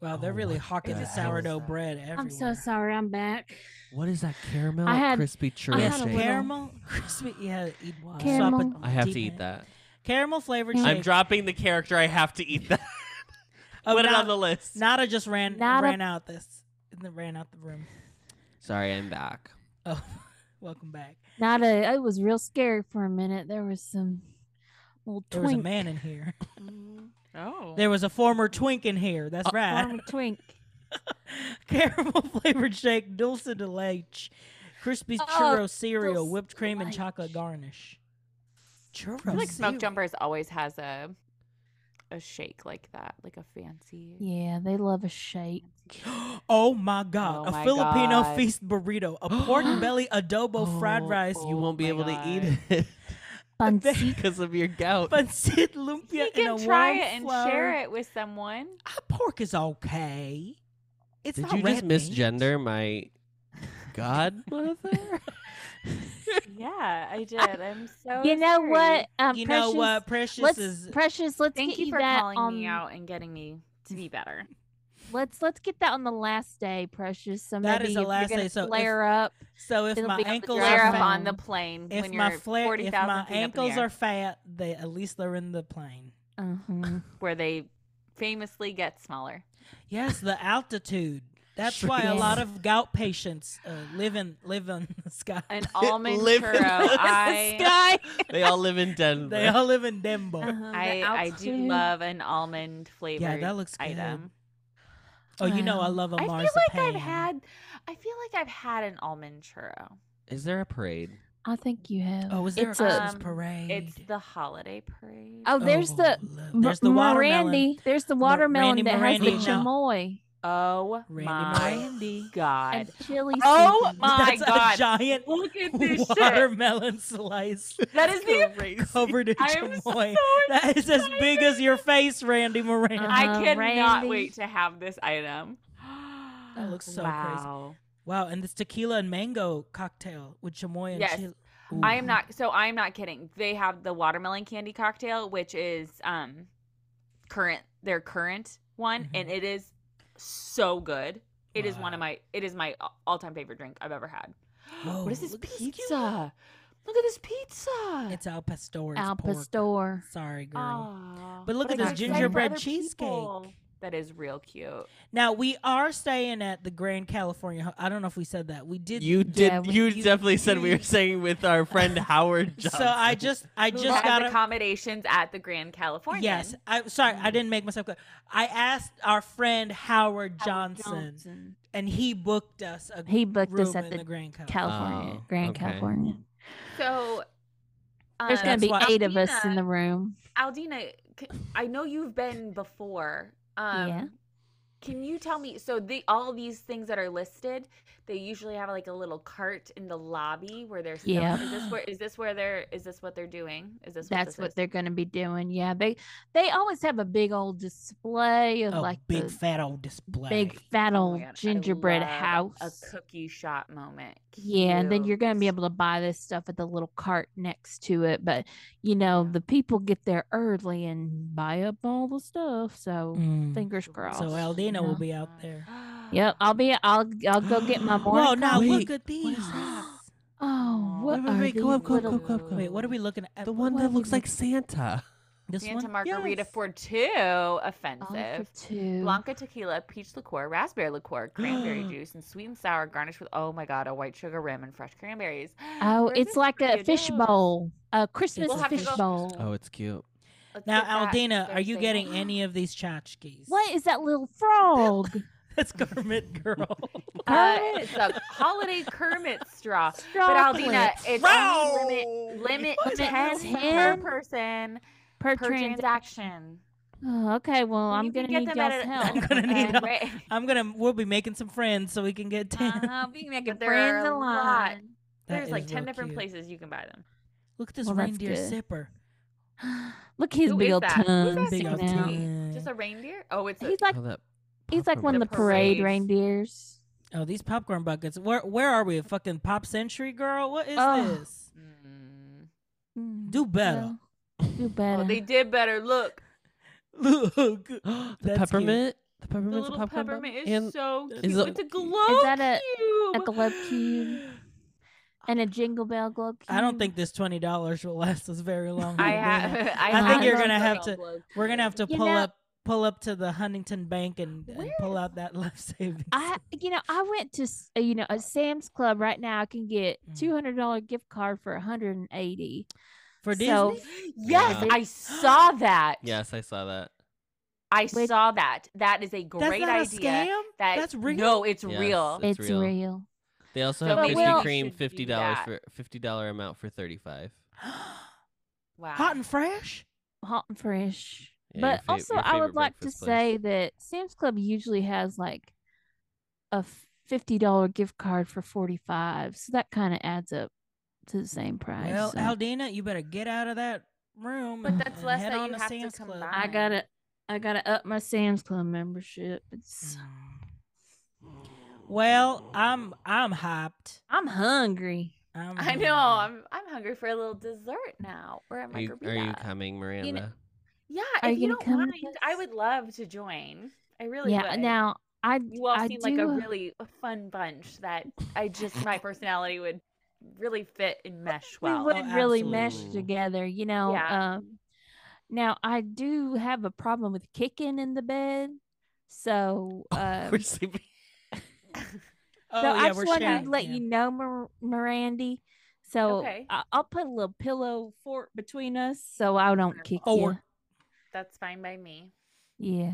S1: Wow, they're
S2: Oh,
S1: really
S2: what
S1: hawking
S2: the
S1: the
S2: hell is
S1: sourdough
S2: that?
S1: bread everywhere.
S4: I'm so sorry. I'm back.
S2: What is that caramel
S4: I had-
S2: crispy churro
S4: I
S1: Yes,
S4: had a
S2: shake?
S4: little-
S1: caramel crispy. Yeah, eat one. Slap
S4: Caramel. Mm-hmm.
S1: it on
S2: I have
S1: deep
S2: to
S1: in
S2: eat
S1: it.
S2: that.
S1: Caramel flavored
S4: I'm
S1: shake.
S2: I'm dropping the character. I have to eat that.
S1: Oh,
S2: Put it
S1: Nada-
S2: on the list.
S1: Nada just ran
S4: Nada-
S1: ran out this, and then ran out the room.
S2: Sorry, I'm back.
S1: Oh, welcome back.
S4: Not a. It was real scary for a minute. There was some little
S1: There was a
S4: twink.
S1: man in here.
S3: Oh,
S1: Mm. There was a former twink in here. That's
S2: Uh,
S1: right.
S4: Farmer twink.
S1: caramel flavored shake, dulce de leche, crispy
S3: Ah,
S4: Oh,
S1: churro cereal,
S4: dulce
S1: whipped cream, and
S4: leche.
S1: chocolate garnish. Churro.
S3: I feel
S1: cereal.
S3: like Smoke Jumpers always has a a shake like that, like a fancy.
S4: Yeah, they love a shake.
S1: Oh my god!
S3: Oh
S1: a
S3: my
S1: Filipino
S3: God.
S1: feast burrito, a pork belly adobo fried
S2: Oh,
S1: rice,
S2: You won't be
S3: my
S2: able
S3: God.
S2: to eat it
S4: Fancy.
S2: because of your gout.
S1: pancit lumpia,
S3: You can
S1: and a
S3: try
S1: warm
S3: it and
S1: flour.
S3: share it with someone.
S1: Ah, pork is okay. It's
S2: Did
S1: not
S2: you just
S1: red meat.
S2: misgender my godmother?
S3: Yeah, I did. I'm so.
S4: You know
S3: sorry.
S4: what? Um,
S1: You
S4: precious,
S1: know what? Precious
S4: Let's
S1: is
S4: precious. Let's
S3: Thank
S4: get
S3: you um, for
S4: that
S3: calling
S4: on,
S3: me out and getting me to be better.
S4: Let's let's get that on the last day, precious. So
S1: That
S4: maybe
S1: is the
S4: if you're
S1: last
S4: gonna
S1: day, so if-
S4: flare up.
S1: so. If
S4: it'll
S1: my
S4: be on the
S1: ankles
S4: dryer
S3: Flare
S1: are
S3: up
S4: fat.
S3: on the plane
S1: if
S3: when
S1: my
S3: you're
S1: flare,
S3: forty
S1: if
S3: thousand
S1: my
S3: feet up in
S1: ankles
S3: the air,
S1: are fat, they at least they're in the plane.
S4: Uh-huh.
S1: Oh.
S3: where they famously get smaller.
S1: Yes, the altitude. That's
S2: Sure.
S1: why a
S4: Yes.
S1: lot of gout patients uh, live in live in the sky.
S3: An almond
S2: Live in
S3: churro.
S2: the
S3: I
S4: Sky.
S2: they all live in Denver.
S1: They all live in Denver.
S4: Uh-huh, the
S3: I, I do
S4: altitude.
S3: love an almond flavored
S1: Yeah, that looks good.
S3: item.
S1: Oh, you know I
S4: Wow.
S1: love a
S3: I feel
S1: marzipan.
S3: like I've had. I feel like I've had an almond churro.
S2: Is there a parade?
S4: I think you have.
S1: Oh, is there
S4: It's
S1: a
S4: a-
S1: Christmas
S3: Um,
S1: parade?
S3: It's the holiday parade.
S4: Oh, there's the
S1: love-
S4: M-
S1: there's the watermelon.
S4: Mirandy. There's the watermelon
S1: Randy
S4: that
S1: Mirandy,
S4: has the
S1: no.
S4: chamoy
S3: Oh
S1: Randy
S3: my
S1: Mirandy.
S3: god!
S4: and chili.
S3: Oh
S4: seasoning.
S3: my
S1: That's
S3: God.
S1: a giant
S3: Look at this shit.
S1: watermelon slice
S3: That is the.
S1: covered in
S3: I am so
S1: chamoy. That is as big as your face, Randy Moran.
S3: I
S4: Uh,
S3: cannot
S4: Randy.
S3: wait to have this item.
S1: That looks so crazy.
S3: wow.
S1: wow, and this tequila and mango cocktail with chamoy and
S3: Yes.
S1: chili.
S3: I am
S1: Ooh.
S3: not. So I am not kidding. They have the watermelon candy cocktail, which is um current their current one, and it is so good. It is one
S1: Mm-hmm.
S3: of
S1: Wow.
S3: my. It is my all time favorite drink I've ever had.
S1: Whoa,
S3: what is this
S1: look at this cute
S3: pizza?
S2: Look at this pizza.
S1: It's al pastor.
S4: Uh, Al pastor. Oh.
S1: Sorry, girl.
S3: Aw.
S1: But look
S3: But
S1: at
S3: I'm
S1: this
S3: excited for
S1: gingerbread
S3: other
S1: cheesecake.
S3: people. That is real cute.
S1: Now we are staying at the Grand California. Ho- I don't know if we said that. We did.
S2: you did.
S4: Yeah, we-
S2: you,
S1: you-
S2: definitely said we
S1: you-
S2: were saying with our friend Howard Johnson.
S1: so I just, I just
S3: Who has
S1: got a
S3: accommodations at the Grand California.
S1: yes. I sorry,
S4: Mm.
S1: I didn't make myself clear. I asked our friend Howard Johnson, and he booked us a
S4: He booked
S1: room
S4: us at
S1: in
S4: the,
S1: the, Grand California.
S4: California,
S2: Oh,
S4: Grand
S2: okay.
S4: California.
S3: So
S4: There's
S3: um,
S4: gonna be
S1: That's why-
S4: eight of us in
S3: Alina-
S4: the room.
S3: Aldina, c- I know you've been before. Um,
S4: Yeah.
S3: Can you tell me? So the all these things that are listed, they usually have like a little cart in the lobby where they're. selling-
S4: Yeah.
S3: Is this where? Is this where they're? Is this what they're doing? Is this? What
S4: That's
S3: this
S4: what
S3: is?
S4: they're gonna be doing. Yeah, they they always have a big old display of
S1: a
S4: like
S1: big
S4: the
S1: fat old display.
S4: big fat
S3: Oh my
S4: old
S3: God, I
S4: gingerbread
S3: love
S4: house.
S3: A cookie shop moment.
S4: Yeah, and then you're going to be
S3: Cute.
S4: able to buy this stuff at the little cart next to it. But, you know, the people get there early and buy up all the stuff. So
S1: Mm.
S4: fingers
S3: So
S4: crossed.
S1: So
S4: you
S1: Aldina will
S4: know.
S1: be out there.
S4: Yep, I'll be. I'll. I'll go get my morning.
S1: Whoa! Now
S4: coffee.
S2: Wait,
S1: look at
S2: what
S1: these.
S2: is that?
S4: Oh,
S3: Aw.
S4: what
S2: Wait, wait,
S4: are
S2: wait,
S4: these
S2: go up, go up, go
S4: little?
S2: up, go up, go up.
S1: Wait, what are we looking at?
S2: the one
S4: What
S2: that
S4: is
S2: looks
S4: it?
S2: like Santa.
S1: This
S3: Santa
S1: one?
S3: margarita
S1: Yes.
S3: for two,
S4: Oh, for
S3: offensive.
S4: two.
S3: Blanca tequila, peach liqueur, raspberry liqueur, cranberry juice, and sweet and sour, garnished with oh my god, a white sugar rim and fresh cranberries.
S4: Oh,
S3: Where's
S4: it's
S3: this
S4: like a
S3: freaking
S4: fish
S3: nose?
S4: bowl, a Christmas
S1: We'll have to
S4: fish
S1: go-
S4: bowl.
S2: Oh, it's cute.
S3: Let's
S1: Now,
S3: get that
S1: Aldina, are you
S3: Thursday
S1: getting
S3: night.
S1: any of these tchotchkes?
S4: What is that little frog?
S1: That's Kermit Girl.
S3: Uh,
S4: Kermit?
S3: it's a holiday Kermit straw.
S4: Straw
S3: But Aldina,
S4: clips
S3: it's only limit limit
S4: What is
S3: ten, per
S4: that? 10?
S3: person
S4: per,
S3: per transaction.
S4: transaction. Oh, okay, well,
S3: Well,
S4: I'm
S3: you can
S4: gonna need
S3: get them at
S4: y'all's
S3: a-
S4: help.
S1: I'm gonna need
S3: at a
S1: help.
S3: rate.
S1: I'm gonna. We'll be making some friends so we can get 10
S4: Uh-huh, we can make a
S3: But there are
S4: friend
S3: a lot.
S4: line.
S1: That
S3: There's like
S1: is
S3: ten
S1: real
S3: different
S1: cute.
S3: places you can buy them.
S1: Look at this
S4: Well, that's
S1: reindeer
S4: good.
S1: sipper.
S4: Look, his
S3: Who
S4: big
S3: is
S4: old
S3: that? Who's
S4: tongue.
S3: that
S1: Big
S4: sticking
S1: old
S3: sticking
S4: out.
S3: out?
S1: tongue.
S3: Just a reindeer? Oh, it's a,
S4: He's like
S2: Oh, that
S4: he's like one of the
S3: The
S4: parade
S3: parades.
S4: reindeers.
S1: Oh, these popcorn buckets. Where where are we? Fucking pop century, girl. What is
S4: Oh.
S1: this?
S3: Mm.
S4: Mm,
S1: Do better.
S4: well, do better.
S3: Oh, they did better. Look,
S1: Look.
S2: the
S1: That's cute.
S2: peppermint. The
S3: the
S2: peppermint's a
S3: little
S2: popcorn bu-
S3: peppermint is
S2: and
S3: so
S2: is
S3: cute.
S2: a-
S3: it's a glow
S4: that a-
S3: cube.
S4: a glow cube? and a jingle bell glow.
S1: I don't
S4: cube.
S1: think this twenty dollars will last us very long.
S3: mm. I
S1: Aldina.
S3: have. I,
S1: I
S4: think you're
S3: love
S1: gonna
S3: the
S1: have
S3: little
S1: to-
S3: glow
S1: We're gonna have to
S4: You
S1: pull
S4: know-
S1: up pull up to the Huntington Bank and, and
S3: Where
S1: pull out that life savings.
S4: I you know I went to s- uh, you know a Sam's Club right now. I can get
S1: Mm.
S4: two hundred dollar gift card for one hundred and eighty.
S1: for Disney.
S4: so-
S3: cube. Yes,
S2: Yeah.
S3: I saw that.
S2: Yes, I saw that.
S3: I
S4: Wait.
S3: saw that. That is a
S1: That's
S3: great
S1: not a
S3: idea.
S1: scam.
S3: That
S1: That's real.
S3: No, it's
S2: Yes,
S3: real.
S2: It's
S4: It's,
S2: real.
S4: real.
S2: They also
S3: So
S2: have
S4: maybe
S2: Krispy
S4: we
S2: Kreme
S3: should do
S2: fifty dollars
S3: that.
S2: for fifty dollar amount for thirty five.
S3: Wow.
S1: Hot and fresh.
S4: hot and fresh.
S2: Yeah, your
S4: but
S2: fav-
S4: also,
S2: your
S4: I would
S2: favorite
S4: like to
S2: breakfast place.
S4: say that Sam's Club usually has like a fifty dollar gift card for forty five, so that kind of adds up to the same price.
S1: Well,
S4: so.
S1: Aldina, you better get out of that room.
S3: But
S1: and-
S3: that's
S1: and
S3: less
S1: head
S3: that
S1: on
S3: you
S1: to
S3: have to
S1: Sam's
S3: combine.
S1: Club.
S4: I gotta, I gotta up my Sam's Club membership. It's,
S1: Mm. Well, I'm I'm hyped.
S4: I'm hungry.
S1: I'm
S3: I
S1: hungry.
S3: know. I'm I'm hungry for a little dessert now. Or a
S2: Are you,
S3: margarita.
S2: are you coming, Miranda?
S3: Yeah,
S4: Are
S3: if you
S4: you
S3: don't
S4: gonna come
S3: mind,
S4: with
S3: I
S4: us?
S3: would love to join. I really
S4: yeah.
S3: would.
S4: Now I,
S3: you all
S4: I
S3: seem like a
S4: do-
S3: really fun bunch that I just my personality would really fit and mesh well.
S4: we would
S1: Oh,
S4: really mesh
S2: absolutely.
S4: together, you know.
S3: Yeah.
S4: Um, now I do have a problem with kicking in the bed, so um,
S2: We're sleeping.
S1: Oh,
S4: so
S1: yeah,
S4: I just
S1: we're
S4: wanted
S1: sharing,
S4: to let
S1: yeah.
S4: you know, Mir- Mirandy. So
S3: Okay.
S4: I- I'll put a little pillow fort between us, so I don't kick
S1: Fort.
S3: That's fine by me.
S4: you. Yeah.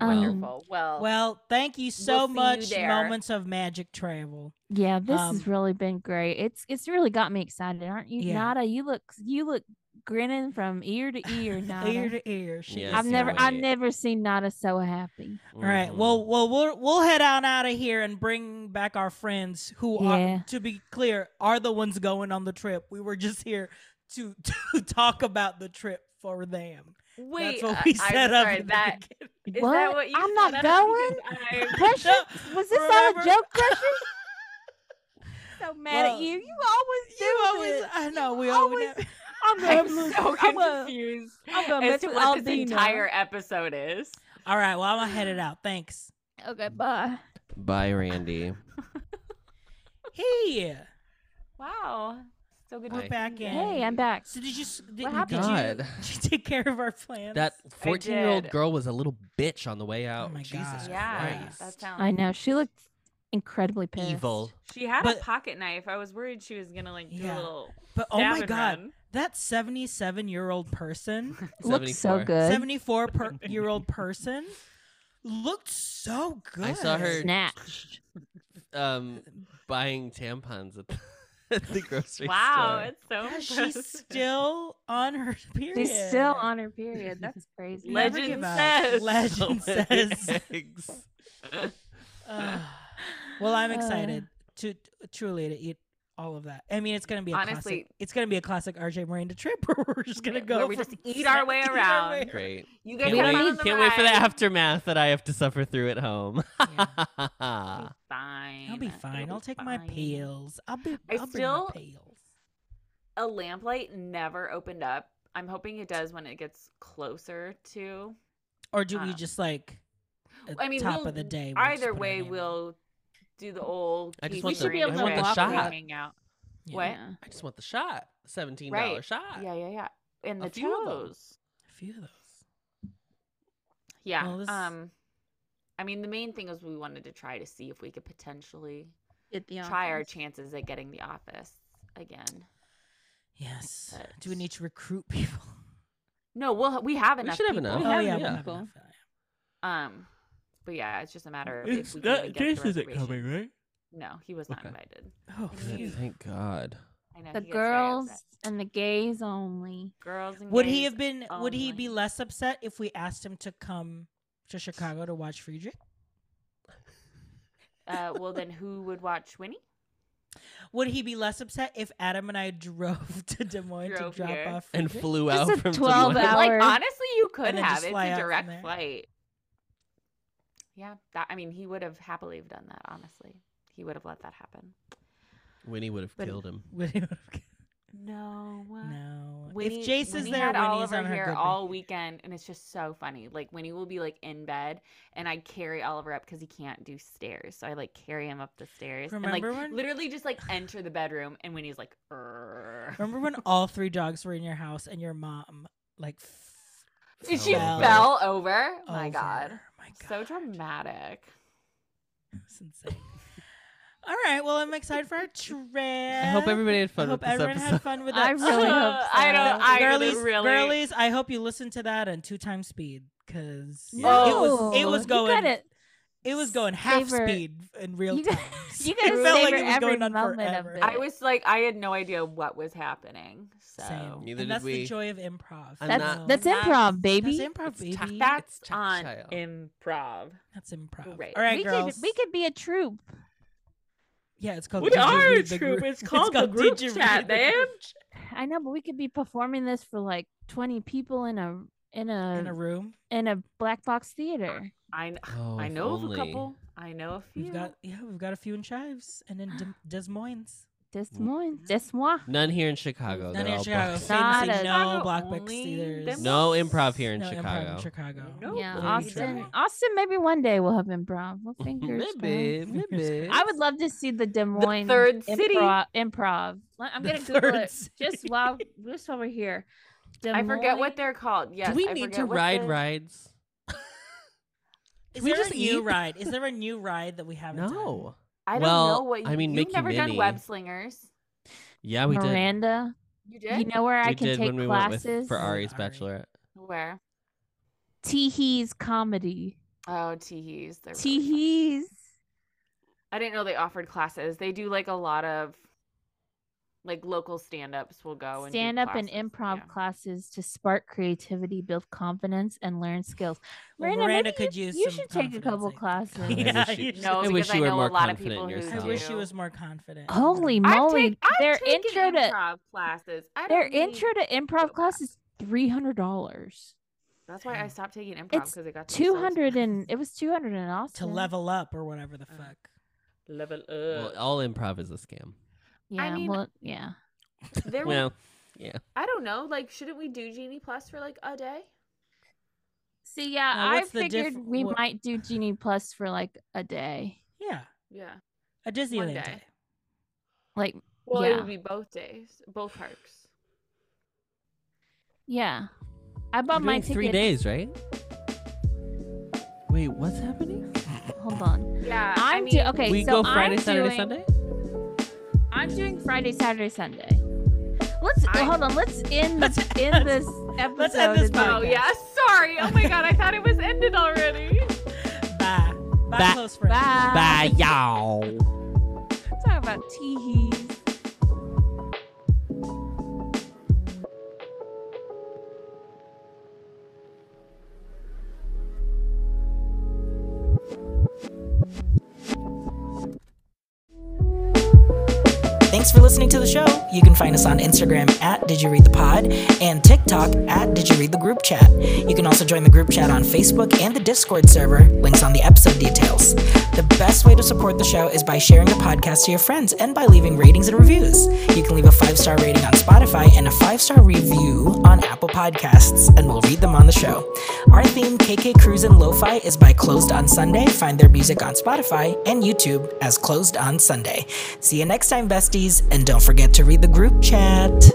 S4: Um,
S3: Wonderful. well,
S1: Well, thank you so
S3: We'll see you
S1: much,
S3: there.
S1: Moments of Magic Travel.
S4: Yeah, this
S1: Um,
S4: has really been great. It's it's really got me excited, aren't you,
S1: Yeah.
S4: Nada? You look you look grinning from ear to ear, Nada.
S1: ear to ear. She
S2: Yes,
S1: is
S4: I've
S1: so
S4: never I've
S2: Right.
S4: never seen Nada so happy.
S1: All right.
S2: Mhm.
S1: Well, well, we'll we'll head on out of here and bring back our friends who
S4: Yeah.
S1: are, to be clear, are the ones going on the trip. We were just here to to talk about the trip for them.
S3: wait.
S1: That's what we
S3: I,
S1: set
S3: am
S1: up.
S3: Sorry,
S1: in the
S3: that
S1: beginning.
S3: is that what you
S4: I'm
S3: set
S4: not
S3: up?
S4: going.
S3: Because I'm-
S4: Precious,
S1: No,
S4: was this all
S1: remember-
S4: a joke, Precious? so mad at
S1: Well,
S4: you. You always do
S1: You always,
S4: this.
S1: I know
S4: You
S1: we always.
S4: always- I'm gonna
S3: I'm
S4: mess-
S3: so
S4: I'm gonna-
S3: confused
S4: I'm gonna
S3: as
S4: mess
S3: to
S4: with
S3: what this
S4: Aldina.
S3: entire episode is.
S1: All right. Well, I'm gonna head it out. Thanks.
S4: Okay, bye.
S2: Bye, Randy.
S1: Here.
S3: So good.
S2: We're
S3: to
S1: back
S3: see you
S1: in.
S3: guys.
S4: Hey, I'm back.
S1: So did you? s- Did,
S3: happened?
S1: Did you,
S2: God.
S1: did you take care of our plans?
S2: That 14 year old
S3: did.
S2: girl was a little bitch on the way out.
S1: Oh my
S2: Jesus
S1: God.
S3: Yeah,
S2: Christ.
S3: that sounds.
S4: I know she looked incredibly pissed.
S2: Evil.
S3: She had
S1: But-
S3: a pocket knife. I was worried she was gonna like do
S1: Yeah.
S3: a little.
S1: But oh my
S3: stab and
S1: god,
S3: run.
S1: that seventy-seven-year-old person,
S4: Looked so
S2: 74.
S4: good.
S1: seventy-four-year-old person, looked so good.
S2: I saw her-
S4: Snatched.
S2: Um, buying tampons at the, at the grocery
S3: Wow,
S2: store.
S3: it's so.
S1: Yeah,
S3: impressive.
S1: she's still on her period.
S4: She's still on her period. That's crazy.
S1: Never
S3: Legend
S1: give up.
S3: says.
S1: Legend
S2: So many
S1: says.
S2: eggs.
S1: Ugh. well, I'm
S4: Uh.
S1: excited to truly to eat all of that. I mean, it's gonna be a
S3: Honestly-
S1: classic. It's gonna be a classic RJ Miranda trip where we're just gonna
S3: Where
S1: go.
S3: we
S1: from
S3: just eat our way
S1: eat
S3: around.
S1: way
S2: Great.
S3: You guys
S2: Can't
S3: have fun on
S2: wait,
S3: the
S2: can't wait for the
S3: ride.
S2: aftermath that I have to suffer through at home.
S3: It'll be Fine.
S1: I'll be
S3: It'll
S1: fine. I'll take my
S3: fine.
S1: pills. I'll be.
S3: I
S1: I'll bring my
S3: still-
S1: pills.
S3: A lamplight never opened up. I'm hoping it does when it gets closer to.
S1: Or do we
S3: Um,
S1: just like at
S3: I mean,
S1: top
S3: we'll-
S1: of the day? we'll just
S3: Either
S1: put our
S3: way,
S1: name in?
S3: we'll do the old.
S2: I just
S3: Casey
S2: want
S4: the-
S3: Raymond
S4: I want the
S3: way.
S2: shot.
S3: Hang out.
S1: Yeah.
S3: What?
S4: Yeah.
S2: I just want the shot. $17
S3: Right.
S2: shot.
S3: Yeah, yeah, yeah. And
S2: A
S3: the
S2: few of them.
S3: toes.
S1: A few of those.
S3: Yeah.
S1: Well, this-
S3: Um, I mean, the main thing is we wanted to try to see if we could potentially
S4: At the
S3: try our
S4: office.
S3: chances at getting the office again.
S1: Yes.
S3: But-
S1: Do we need to recruit people?
S3: No, we'll we have
S2: We
S3: enough.
S2: should have
S3: people.
S2: enough.
S1: oh
S2: have
S1: yeah, we
S2: enough.
S1: have enough.
S3: Um, but yeah, it's just a matter of if we can even get the reservation.
S2: right?
S3: No, he was not
S2: Okay.
S3: invited.
S1: Oh,
S3: Good.
S1: phew.
S2: Oh, Thank God.
S3: I know
S4: The
S3: he gets very upset.
S4: girls and the gays only.
S3: girls, and
S1: Would he
S3: gays
S1: have been? Would he be
S3: only.
S1: less upset if we asked him to come to Chicago to watch Friedrich?
S3: Uh, well, then who would watch Winnie?
S1: Would he be less upset if Adam and I drove to Des Moines
S3: Drove
S1: to drop
S3: here.
S1: off
S2: And
S1: Friedrich?
S2: flew
S4: Just a
S2: out from
S4: 12
S2: Des Moines.
S4: hour-
S3: Like
S4: Hour.
S3: honestly, you could
S1: And then
S3: have.
S1: just
S3: It's
S1: fly out
S3: a
S1: from
S3: direct
S1: there.
S3: flight. Yeah, that, I mean, he would have happily have done that. Honestly, he would have let that happen.
S2: Winnie would have
S3: But-
S2: killed him.
S1: Would he have-
S3: No.
S1: no.
S3: Winnie-
S1: if Jace is
S3: Winnie
S1: there,
S3: had
S1: Winnie's
S3: Oliver
S1: on her
S3: here
S1: good
S3: all
S1: behavior.
S3: weekend, and it's just so funny. Like Winnie will be like in bed, and I carry Oliver up because he can't do stairs, so I like carry him up the stairs and
S1: Remember
S3: like
S1: when-
S3: literally just like enter the bedroom, and Winnie's like, "Err."
S1: Remember when all three dogs were in your house and your mom like f-
S3: And she
S2: Fell
S3: fell over. My God,
S1: over? Oh My God.
S3: so dramatic.
S1: It's insane. all right. Well, I'm excited for our trip.
S2: I hope everybody had
S1: I
S2: fun
S1: hope
S2: with this
S1: everyone
S2: episode.
S1: had fun with
S4: I
S1: us.
S4: really hope
S3: I
S4: so.
S3: don't. I
S1: girlies,
S3: really.
S1: girlies, I hope you listen to that on two times speed because
S3: No.
S1: it was it was
S4: Oh, You
S1: going
S4: gotta-
S1: it was going half
S4: savor-
S1: speed in real
S4: you
S1: time.
S4: gotta- you
S1: It
S4: gotta
S1: felt like
S4: savor
S1: it was
S4: every
S1: going on
S4: moment of
S1: forever.
S4: it.
S3: I was like, I had no idea what was happening. So
S1: Same.
S2: Neither
S1: and
S2: did
S1: that's the
S2: we.
S1: joy of improv.
S2: I'm
S1: you
S4: That's
S2: not-
S1: know?
S4: that's
S3: That's-
S4: improv, baby.
S1: That's improv,
S2: It's tough.
S1: baby.
S3: that's
S2: It's
S3: on
S2: tactile.
S3: improv.
S1: That's improv.
S3: Great.
S1: All right,
S4: we
S1: girls.
S4: could we could be a troupe.
S1: yeah, it's called.
S3: We
S1: Did You
S3: are a
S1: Read the
S3: troop.
S1: Group?
S3: It's called the group
S1: Did You
S3: chat,
S1: Read the
S3: babe.
S1: Group
S4: I know, but we could be performing this for like twenty people in a in a
S1: In a room,
S4: in a black box theater.
S3: I kn-
S2: Oh,
S3: I
S2: if
S3: know of a
S2: only.
S3: couple. I know a few.
S1: we've got yeah, we've got a few in Chives and in Dem- Des Moines.
S4: Des
S2: Mm.
S4: Moines, Des Moines.
S2: None here in Chicago.
S1: None
S2: They're
S1: in
S2: all
S1: Chicago.
S2: booked.
S4: Not
S1: Famously,
S4: a-
S1: no
S3: Chicago
S1: black book
S3: only
S1: stealers.
S3: Des
S2: No improv here in
S1: no improv in
S2: Chicago.
S1: Chicago.
S3: No,
S4: yeah,
S3: Nope.
S4: Austin.
S3: Exactly.
S4: Austin, maybe one day we'll have improv. We'll fingers. crossed.
S2: Maybe, maybe.
S4: I would love to see the Des Moines
S3: third city.
S4: improv. improv. Let- I'm
S1: The
S4: gonna Google
S1: third
S4: it just
S1: city.
S4: while just while we're here. Des
S3: I forget
S4: Moines-
S3: what they're called. Yes,
S2: Do we
S3: I
S2: need
S3: forget
S2: to
S3: what
S2: ride
S3: the-
S2: rides?
S1: Is
S2: We
S1: there
S2: just
S1: a new
S2: eat.
S1: ride? Is there a new ride that we haven't done?
S2: No.
S3: I don't
S2: Well,
S3: know what. You,
S2: I mean,
S3: you've
S2: Mickey
S3: never done
S2: Minnie.
S3: web slingers.
S2: Yeah, we did.
S4: Miranda.
S3: You did.
S4: You know where I
S2: we
S4: can
S2: did
S4: take
S2: when we
S4: classes.
S2: went with for Ari's
S1: Ari.
S2: bachelorette.
S3: Where?
S4: Teehee's comedy.
S3: Oh, teehees. They're really fun.
S4: Teehee's.
S3: I didn't know they offered classes. They do like a lot of like local stand-ups will go Oh, and do
S4: Stand up and
S3: classes.
S4: improv
S3: Yeah.
S4: classes to spark creativity, build confidence, and learn skills.
S1: Well,
S4: Miranda,
S1: Miranda
S4: maybe
S1: could
S4: you,
S1: use
S4: you
S1: some
S4: should take a couple
S1: confidence,
S4: classes.
S1: I think. Yeah,
S2: I wish
S1: you
S2: you-
S1: should.
S3: No,
S2: I
S3: because
S2: wish you
S3: I
S2: were
S3: know
S2: more
S3: a lot of
S2: confident in
S3: people who
S1: I
S2: yourself.
S1: wish she
S3: do.
S1: was more confident.
S4: Holy
S3: I've
S4: moly!
S3: take- I've
S4: their
S3: taken
S4: intro to
S3: improv classes. I
S4: their
S3: don't need-
S4: intro to improv class is three hundred dollars.
S3: That's why I stopped taking improv
S4: It's
S3: because it got to be so
S4: Two hundred and it was two hundred in
S1: to
S4: Austin.
S1: level up or whatever the
S3: Uh,
S1: fuck.
S3: expensive. level up.
S2: Well, all improv is a scam.
S4: Yeah,
S3: mean-
S4: well, yeah.
S3: there was-
S2: Well, yeah.
S3: I don't know. Like, shouldn't we do Genie Plus for like a day?
S4: See, yeah,
S1: Now,
S4: I
S1: what's the diff-
S4: figured we
S1: what-
S4: might do Genie Plus for like a day,
S1: Yeah,
S3: Yeah.
S1: a Disneyland
S3: day.
S1: day.
S4: like
S3: Well, it
S4: Yeah.
S3: would be both days, both parks.
S4: Yeah. I bought
S2: You're
S4: my
S2: doing
S4: ticket.
S2: three days, right? Wait, what's happening?
S4: Hold on.
S3: Yeah, I
S4: I'm
S3: mean,
S4: do- okay.
S2: we
S4: so
S2: go Friday,
S4: I'm
S2: Saturday,
S4: doing-
S2: Sunday.
S4: I'm doing Friday, Saturday, Sunday. Let's
S3: I-
S4: hold on. Let's end let's end this episode.
S1: let's end this
S4: and do
S3: Oh
S4: it
S1: podcast.
S4: again.
S3: yeah, sorry. Oh my god, I thought it was ended already.
S1: Bye. Bye,
S2: Bye.
S1: close friends.
S4: Bye.
S2: Bye, y'all.
S4: Talk about teehees.
S1: Thanks for listening to the show. You can find us on Instagram at Did You Read the Pod and TikTok at Did You Read the Group Chat. You can also join the group chat on Facebook and the Discord server. Links on the episode details. The best way to support the show is by sharing the podcast to your friends and by leaving ratings and reviews. You can leave a five star rating on Spotify and a five star review on Apple Podcasts, and we'll read them on the show. Our theme, KK Cruise and Lo-Fi, is by Closed on Sunday. Find their music on Spotify and YouTube as Closed on Sunday. See you next time, besties, and don't forget to read the group chat.